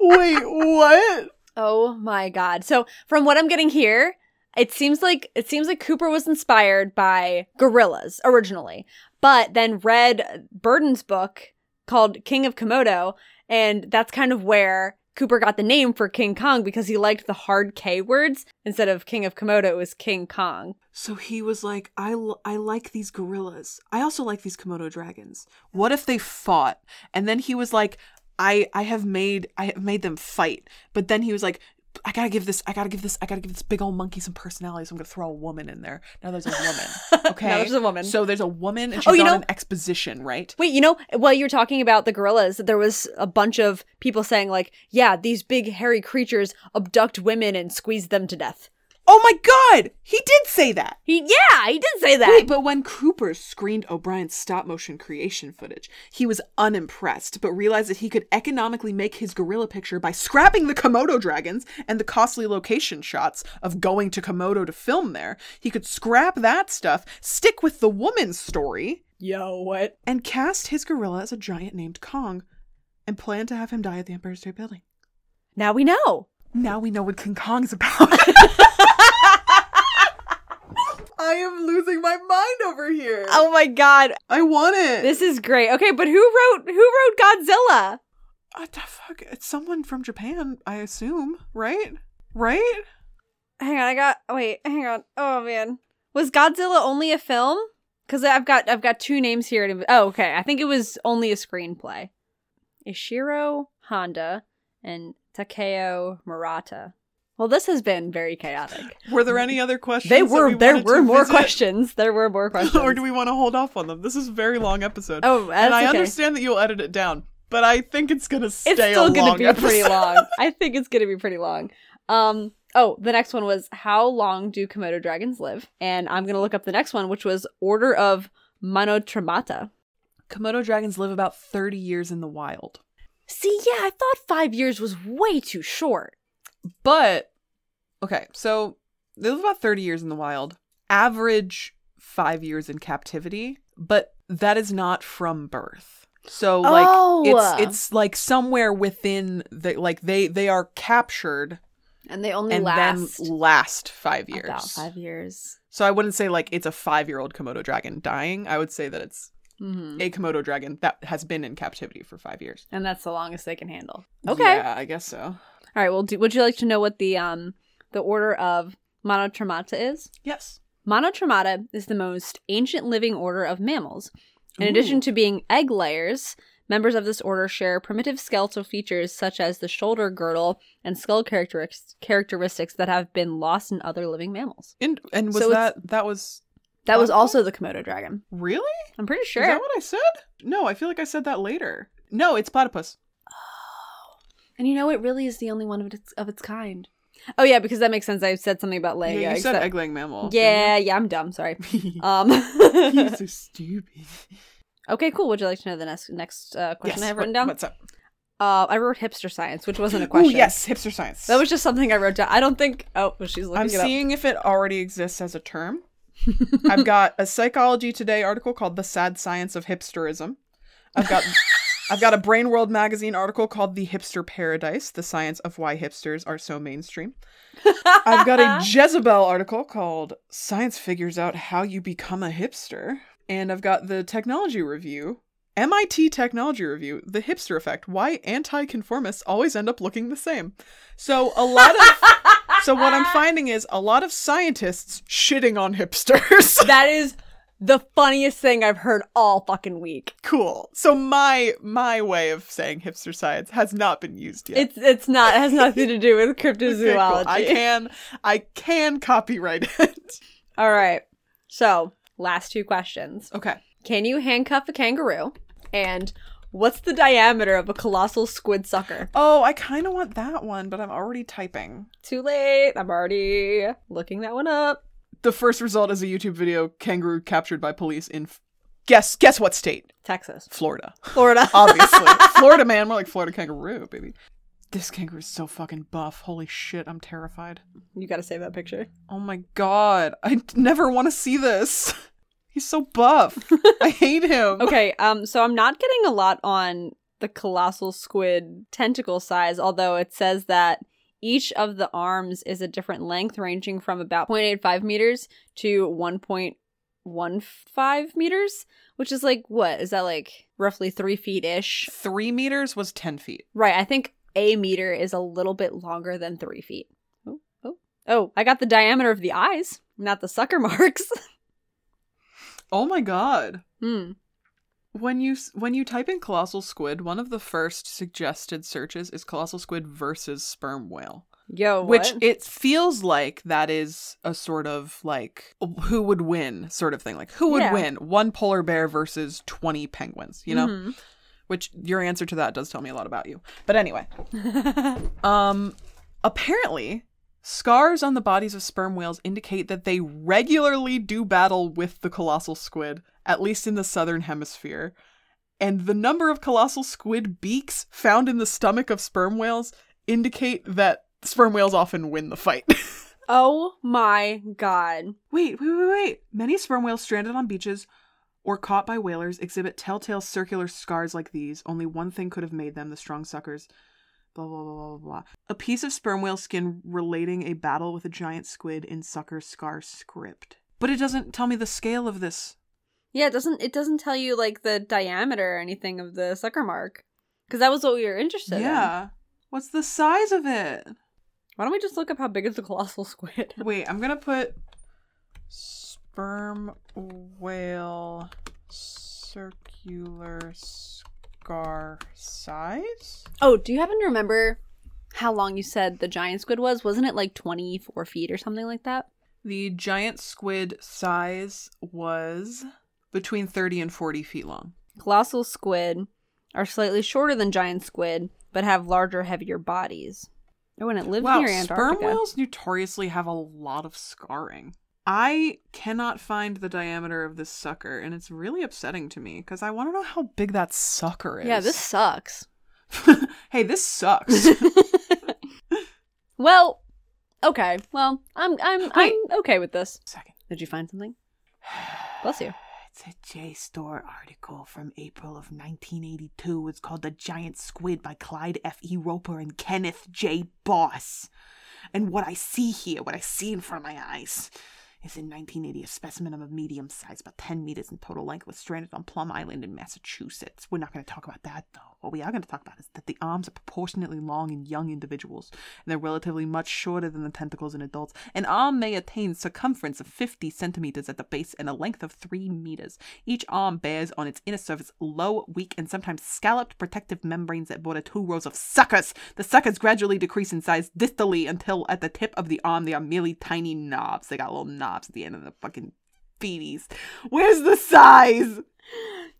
Speaker 2: Wait, what?
Speaker 1: oh my god. So from what I'm getting here, it seems like it seems like Cooper was inspired by gorillas originally, but then read Burden's book called King of Komodo, and that's kind of where Cooper got the name for King Kong because he liked the hard K words. Instead of King of Komodo, it was King Kong.
Speaker 2: So he was like, I, l- I like these gorillas. I also like these Komodo dragons. What if they fought? And then he was like, I I have made I have made them fight. But then he was like, I gotta give this I gotta give this I gotta give this big old monkey some personality. So I'm gonna throw a woman in there. Now there's a woman.
Speaker 1: [LAUGHS]
Speaker 2: Okay,
Speaker 1: Now there's a woman.
Speaker 2: So there's a woman, and she's
Speaker 1: Oh, you
Speaker 2: on
Speaker 1: know-
Speaker 2: an exposition, right?
Speaker 1: Wait, you know, while you were talking about the gorillas, there was a bunch of people saying, like, yeah, these big hairy creatures abduct women and squeeze them to death.
Speaker 2: Oh my God, he did say that.
Speaker 1: He, yeah, he did say that.
Speaker 2: Wait, but when Cooper screened O'Brien's stop motion creation footage, he was unimpressed, but realized that he could economically make his gorilla picture by scrapping the Komodo dragons and the costly location shots of going to Komodo to film there. He could scrap that stuff, stick with the woman's story,
Speaker 1: Yo, what?
Speaker 2: and cast his gorilla as a giant named Kong and plan to have him die at the Empire State Building.
Speaker 1: Now we know.
Speaker 2: Now we know what King Kong's about. [LAUGHS] I am losing my mind over here.
Speaker 1: Oh my god,
Speaker 2: I want it.
Speaker 1: this is great. Okay, but who wrote who wrote Godzilla?
Speaker 2: What the fuck? It's someone from Japan, I assume, right? Right?
Speaker 1: Hang on, I got wait, hang on. Oh man, was Godzilla only a film? Because I've got I've got two names here. and it- Oh, okay. I think it was only a screenplay. Ishiro Honda and Takeo Murata. Well, this has been very chaotic.
Speaker 2: Were there any other questions?
Speaker 1: They
Speaker 2: that
Speaker 1: were
Speaker 2: we
Speaker 1: there
Speaker 2: wanted
Speaker 1: were
Speaker 2: to
Speaker 1: more
Speaker 2: visit?
Speaker 1: questions. There were more questions.
Speaker 2: [LAUGHS] or do we want to hold off on them? This is a very long episode.
Speaker 1: oh, that's
Speaker 2: and I
Speaker 1: okay.
Speaker 2: understand that you'll edit it down, but I think it's gonna stay
Speaker 1: It's still
Speaker 2: a
Speaker 1: going to
Speaker 2: long
Speaker 1: be
Speaker 2: episode.
Speaker 1: pretty [LAUGHS] long. I think it's going to be pretty long. Um. Oh, the next one was how long do Komodo dragons live? And I'm going to look up the next one, which was order of Monotremata.
Speaker 2: Komodo dragons live about thirty years in the wild.
Speaker 1: See, yeah, I thought five years was way too short.
Speaker 2: But okay, so they live about 30 years in the wild, average 5 years in captivity, but that is not from birth. So like
Speaker 1: Oh.
Speaker 2: it's it's like somewhere within the like they they are captured
Speaker 1: And they only
Speaker 2: and
Speaker 1: last
Speaker 2: then last 5 years.
Speaker 1: about five years.
Speaker 2: So I wouldn't say like it's a 5-year-old Komodo dragon dying. I would say that it's
Speaker 1: hmm
Speaker 2: a Komodo dragon that has been in captivity for 5 years.
Speaker 1: And that's the longest they can handle. Okay.
Speaker 2: Yeah, I guess so.
Speaker 1: All right. Well, do, would you like to know what the um the order of Monotremata is?
Speaker 2: Yes.
Speaker 1: Monotremata is the most ancient living order of mammals. In
Speaker 2: Ooh.
Speaker 1: addition to being egg layers, members of this order share primitive skeletal features such as the shoulder girdle and skull characteristics, characteristics that have been lost in other living mammals.
Speaker 2: And and was
Speaker 1: So it's-
Speaker 2: that that was
Speaker 1: That was
Speaker 2: Bronco?
Speaker 1: also the Komodo dragon.
Speaker 2: really
Speaker 1: I'm pretty
Speaker 2: Is
Speaker 1: sure.
Speaker 2: that what I said? No, I feel like I said that later. No, it's platypus.
Speaker 1: and you know, it really is the only one of its of its kind. Oh yeah, because that makes sense. I said something about laying
Speaker 2: yeah, you
Speaker 1: eggs.
Speaker 2: said
Speaker 1: That-
Speaker 2: egg laying mammal.
Speaker 1: yeah, yeah, I'm dumb. [LAUGHS] Sorry.
Speaker 2: didn't you?
Speaker 1: Um, [LAUGHS]
Speaker 2: He's so stupid.
Speaker 1: okay, cool. Would you like to know the next next uh, question I have
Speaker 2: what-
Speaker 1: written down?
Speaker 2: What's up?
Speaker 1: Uh, I wrote hipster science, which wasn't a
Speaker 2: Oh
Speaker 1: question.
Speaker 2: yes, hipster science.
Speaker 1: That was just something I wrote down. I don't think. Oh, well, she's looking
Speaker 2: I'm
Speaker 1: it up.
Speaker 2: seeing if it already exists as a term. [LAUGHS] I've got a Psychology Today article called "The Sad Science of Hipsterism."
Speaker 1: [LAUGHS]
Speaker 2: I've got. I've got a Brain World magazine article called The Hipster Paradise The Science of Why Hipsters Are So Mainstream. I've
Speaker 1: [LAUGHS]
Speaker 2: got a Jezebel article called Science Figures Out How You Become a Hipster. And I've got the Technology Review, MIT Technology Review, The
Speaker 1: [LAUGHS]
Speaker 2: Hipster Effect Why Anti Conformists Always End Up Looking the Same. So a lot of. So what I'm finding is a lot of scientists shitting on hipsters. [LAUGHS]
Speaker 1: That is the funniest thing I've heard all fucking week.
Speaker 2: cool. So my my way of saying hipster science has not been used yet.
Speaker 1: It's it's not it has nothing to
Speaker 2: [LAUGHS]
Speaker 1: do with
Speaker 2: Okay, cool.
Speaker 1: cryptozoology. [LAUGHS]
Speaker 2: I can I can copyright it. [LAUGHS]
Speaker 1: All right. So, last two questions.
Speaker 2: Okay.
Speaker 1: Can you handcuff a kangaroo? And what's the diameter of a colossal squid sucker?
Speaker 2: Oh, I kind of want that one, but I'm already typing.
Speaker 1: Too late. I'm already looking that one up.
Speaker 2: The first result is a YouTube video kangaroo captured by police in f- guess guess what state?
Speaker 1: Texas.
Speaker 2: Florida.
Speaker 1: Florida.
Speaker 2: Uh, Obviously. Florida man, more like Florida kangaroo, baby. This kangaroo is so fucking buff. Holy shit, I'm terrified.
Speaker 1: you got to save that picture.
Speaker 2: Oh my god, I d- never want to see this. [LAUGHS] He's so [LAUGHS] buff. I hate
Speaker 1: [LAUGHS]
Speaker 2: him.
Speaker 1: Okay, um so I'm not getting a lot on the colossal squid tentacle size, although it says that each of the arms is a different length ranging from about 0.85 meters to 1.15 meters, which is like what? Is that like roughly 3 feet ish?
Speaker 2: Three meters was 10 feet.
Speaker 1: Right, I think a meter is a little bit longer than 3 feet. Oh, oh. Oh, I got the diameter of the eyes, not the sucker [LAUGHS] marks.
Speaker 2: Oh my god.
Speaker 1: hmm.
Speaker 2: When you s- when you type in colossal squid, one of the first suggested searches is colossal squid versus sperm whale,
Speaker 1: Yo,
Speaker 2: which
Speaker 1: what?
Speaker 2: it feels like that is a sort of like who would win sort of thing, like who would
Speaker 1: Yeah.
Speaker 2: win one polar bear versus 20 penguins, you know?
Speaker 1: Mhm.
Speaker 2: Which your answer to that does tell me a lot about you. But anyway,
Speaker 1: Mm-hmm. [LAUGHS]
Speaker 2: Um, apparently, scars on the bodies of sperm whales indicate that they regularly do battle with the colossal squid, at least in the southern hemisphere. And the number of colossal squid beaks found in the stomach of sperm whales indicate that sperm whales often win the fight. [LAUGHS]
Speaker 1: oh my god.
Speaker 2: Wait, wait, wait, wait. Many sperm whales stranded on beaches or caught by whalers exhibit telltale circular scars like these. Only one thing could have made them the strong suckers. Blah, blah, blah, blah, blah, blah. A piece of sperm whale skin relating a battle with a giant squid in sucker scar script. But it doesn't tell me the scale of this.
Speaker 1: Yeah, it doesn't it doesn't tell you like the diameter or anything of the sucker mark. Because that was what we were interested in.
Speaker 2: yeah. What's the size of it?
Speaker 1: Why don't we just look up how big is the colossal [LAUGHS] squid?
Speaker 2: Wait, I'm gonna put sperm whale circular scar size.
Speaker 1: Oh, do you happen to remember how long you said the giant squid was? Wasn't it like twenty four feet or something like that?
Speaker 2: The giant squid size was between 30 and 40 feet long.
Speaker 1: Colossal squid are slightly shorter than giant squid, but have larger, heavier bodies. Oh, and it lives
Speaker 2: Wow,
Speaker 1: near Antarctica.
Speaker 2: sperm whales notoriously have a lot of scarring. I cannot find the diameter of this sucker, and it's really upsetting to me because I want to know how big that sucker is.
Speaker 1: Yeah, this sucks.
Speaker 2: [LAUGHS] hey, this
Speaker 1: [LAUGHS]
Speaker 2: sucks.
Speaker 1: well, okay. Well, I'm I'm
Speaker 2: Wait.
Speaker 1: I'm okay with this.
Speaker 2: Second.
Speaker 1: Did you find something? Bless you.
Speaker 4: It's a JSTOR article from April of 1982. It's called The Giant Squid by Clyde F. E. Roper and Kenneth J. Boss. And what I see here, what I see in front of my eyes, is in 1980 a specimen of a medium size, about 10 meters in total length, was stranded on Plum Island in Massachusetts. We're not going to talk about that, though. What we are going to talk about is that the arms are proportionately long in young individuals, and they're relatively much shorter than the tentacles in adults. An arm may attain circumference of 50 centimeters at the base and a length of 3 meters. Each arm bears on its inner surface low, weak, and sometimes scalloped protective membranes that border two rows of suckers. The suckers gradually decrease in size distally until at the tip of the arm they are merely tiny knobs. They got little knobs at the end of the fucking feeties. Where's the size?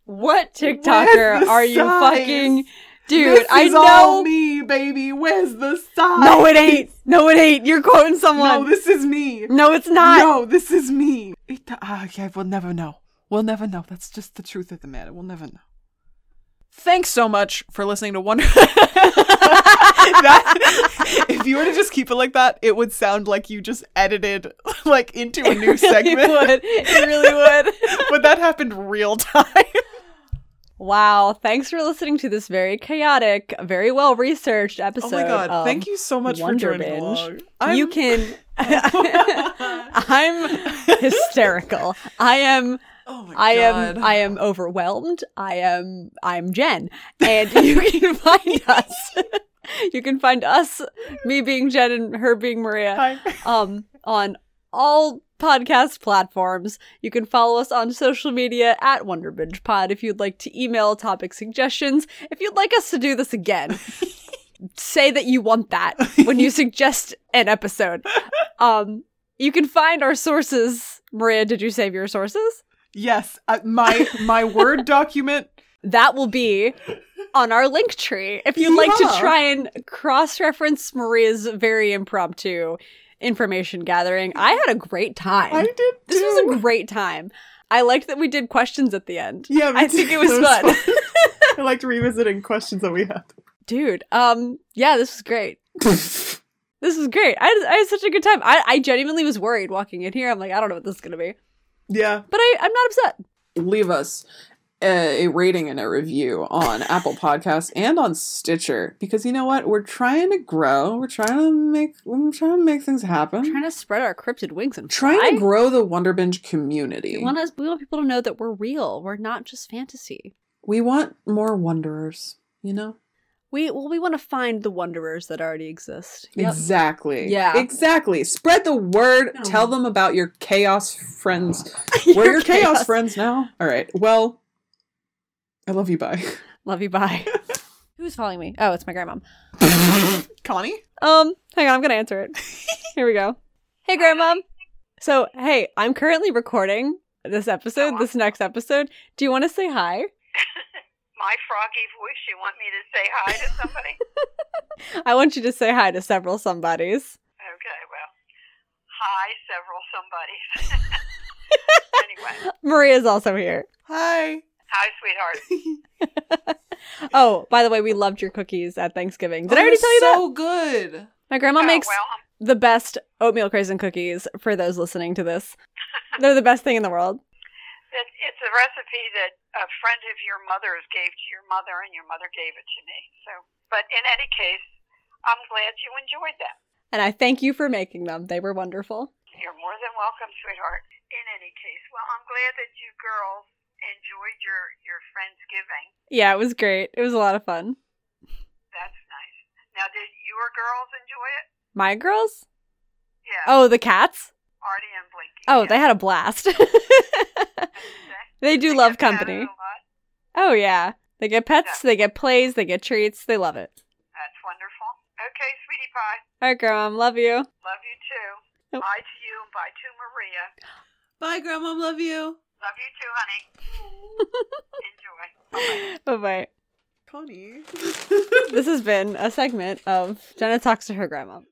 Speaker 1: What
Speaker 4: Where's
Speaker 1: TikToker
Speaker 4: the
Speaker 1: are you
Speaker 4: size?
Speaker 1: fucking dude?
Speaker 4: This
Speaker 1: I
Speaker 4: is all
Speaker 1: know.
Speaker 4: me, baby. Where's the size?
Speaker 1: No, it ain't. No, it ain't. You're quoting
Speaker 4: No,
Speaker 1: someone. No,
Speaker 4: this is me.
Speaker 1: it's not.
Speaker 4: No, this is me.
Speaker 2: It, ah, yeah, we'll never know. We'll never know. That's just the truth of the matter. We'll never know. Thanks so much for listening to Wonder. [LAUGHS] That- if you were to just keep it like that, it would sound like you just edited [LAUGHS] like into a
Speaker 1: [LAUGHS]
Speaker 2: [LAUGHS] new segment.
Speaker 1: It really would. It really would.
Speaker 2: But that happened real time.
Speaker 1: wow. Thanks for listening to this very chaotic, very well researched episode.
Speaker 2: Oh my god! Thank you so much
Speaker 1: um, Wonder
Speaker 2: for joining
Speaker 1: Binge.
Speaker 2: along.
Speaker 1: you
Speaker 2: [LAUGHS] I'm-
Speaker 1: can. [LAUGHS]
Speaker 2: Oh
Speaker 1: I'm hysterical. I am.
Speaker 2: Oh my
Speaker 1: I
Speaker 2: god!
Speaker 1: am I am [LAUGHS] overwhelmed. I am I'm Jen. And you can find us [LAUGHS] You can find us, me being Jen and her being Maria.
Speaker 4: Hi.
Speaker 1: um, on all podcast platforms. You can follow us on social media at WonderbingePod if you'd like to email topic suggestions. If you'd like us to do this again, say that you want that when you suggest an episode. Um, you can find our sources. Maria, did you save your sources?
Speaker 4: Yes, uh, my my word document.
Speaker 1: That will be on our link tree if you'd like to
Speaker 4: Yeah.
Speaker 1: try and cross reference Maria's very impromptu information gathering. I had a great time.
Speaker 4: I did. Too.
Speaker 1: This was a great time. I liked that we did questions at the end.
Speaker 4: yeah. me
Speaker 1: I think
Speaker 4: too.
Speaker 1: it was
Speaker 4: That
Speaker 1: fun.
Speaker 2: [LAUGHS]
Speaker 4: I liked revisiting questions that we had.
Speaker 1: Dude, um, yeah, this was great. This was great. I, I had such a good time. I, I genuinely was worried walking in here. I'm like, I don't know what this is going to be.
Speaker 4: yeah.
Speaker 1: But I, I'm not upset.
Speaker 2: leave us a, a rating and a review on Apple Podcasts and on Stitcher because you know what? We're trying to grow. We're trying to make we're trying to make things
Speaker 1: I'm
Speaker 2: happen.
Speaker 1: trying to spread our cryptid wings and
Speaker 2: Trying
Speaker 1: fly.
Speaker 2: to grow the Wonderbinge community.
Speaker 1: We want, us, we want people to know that we're real. We're not just fantasy.
Speaker 2: we want more wanderers, you know?
Speaker 1: We well, we want to find the wanderers that already exist. Yep.
Speaker 2: Exactly.
Speaker 1: Yeah.
Speaker 2: Exactly. Spread the word.
Speaker 1: No.
Speaker 2: Tell them about your chaos friends.
Speaker 1: [LAUGHS]
Speaker 2: We're your chaos friends now. All right. Well, I love you. Bye.
Speaker 1: Love you. Bye. [LAUGHS] Who's following me? Oh, it's my grandma. [LAUGHS]
Speaker 4: Connie.
Speaker 1: Um, hang on, I'm gonna answer [LAUGHS] it. Here we go. Hey, Grandma. So, hey, I'm currently recording this episode, this next episode. Do you want to say hi?
Speaker 5: My froggy voice, you want me to say hi to somebody?
Speaker 1: I want you to say hi to several somebodies.
Speaker 5: okay, well, hi, several somebodies. [LAUGHS] anyway,
Speaker 1: Maria's also here.
Speaker 4: Hi.
Speaker 5: hi, sweetheart.
Speaker 1: Oh, by the way, we loved your cookies at Thanksgiving. Did I
Speaker 2: Oh,
Speaker 1: already
Speaker 2: they're
Speaker 1: tell you that?
Speaker 2: So good.
Speaker 1: My grandma
Speaker 5: Oh,
Speaker 1: makes
Speaker 5: well,
Speaker 1: the best oatmeal craisin cookies for those listening to this. They're the best thing in the world.
Speaker 5: it, it's a recipe that a friend of your mother's gave to your mother, and your mother gave it to me. So, but in any case, I'm glad you enjoyed them.
Speaker 1: And I thank you for making them. They were wonderful.
Speaker 5: You're more than welcome, sweetheart. In any case, well, I'm glad that you girls enjoyed your your friendsgiving.
Speaker 1: Yeah, it was great. It was a lot of fun.
Speaker 5: That's nice. Now, did your girls enjoy it?
Speaker 1: My girls?
Speaker 5: Yeah.
Speaker 1: Oh, the cats?
Speaker 5: Artie and Blinky.
Speaker 1: Oh,
Speaker 5: yeah.
Speaker 1: they had a blast. [LAUGHS] they do
Speaker 5: They
Speaker 1: love
Speaker 5: get together
Speaker 1: company.
Speaker 5: a lot.
Speaker 1: Oh yeah. They get pets, they get plays, they get treats, they love it.
Speaker 5: That's wonderful. Okay, sweetie pie.
Speaker 1: All right, girl, I love you.
Speaker 5: Love you too.
Speaker 1: Oh.
Speaker 5: Bye to you and bye to Maria.
Speaker 2: Bye, Grandma. Love you.
Speaker 5: Love you too,
Speaker 1: [LAUGHS]
Speaker 5: honey. Enjoy.
Speaker 1: Bye bye.
Speaker 4: Connie.
Speaker 2: [LAUGHS]
Speaker 1: This has been a segment of Jenna Talks to Her Grandma.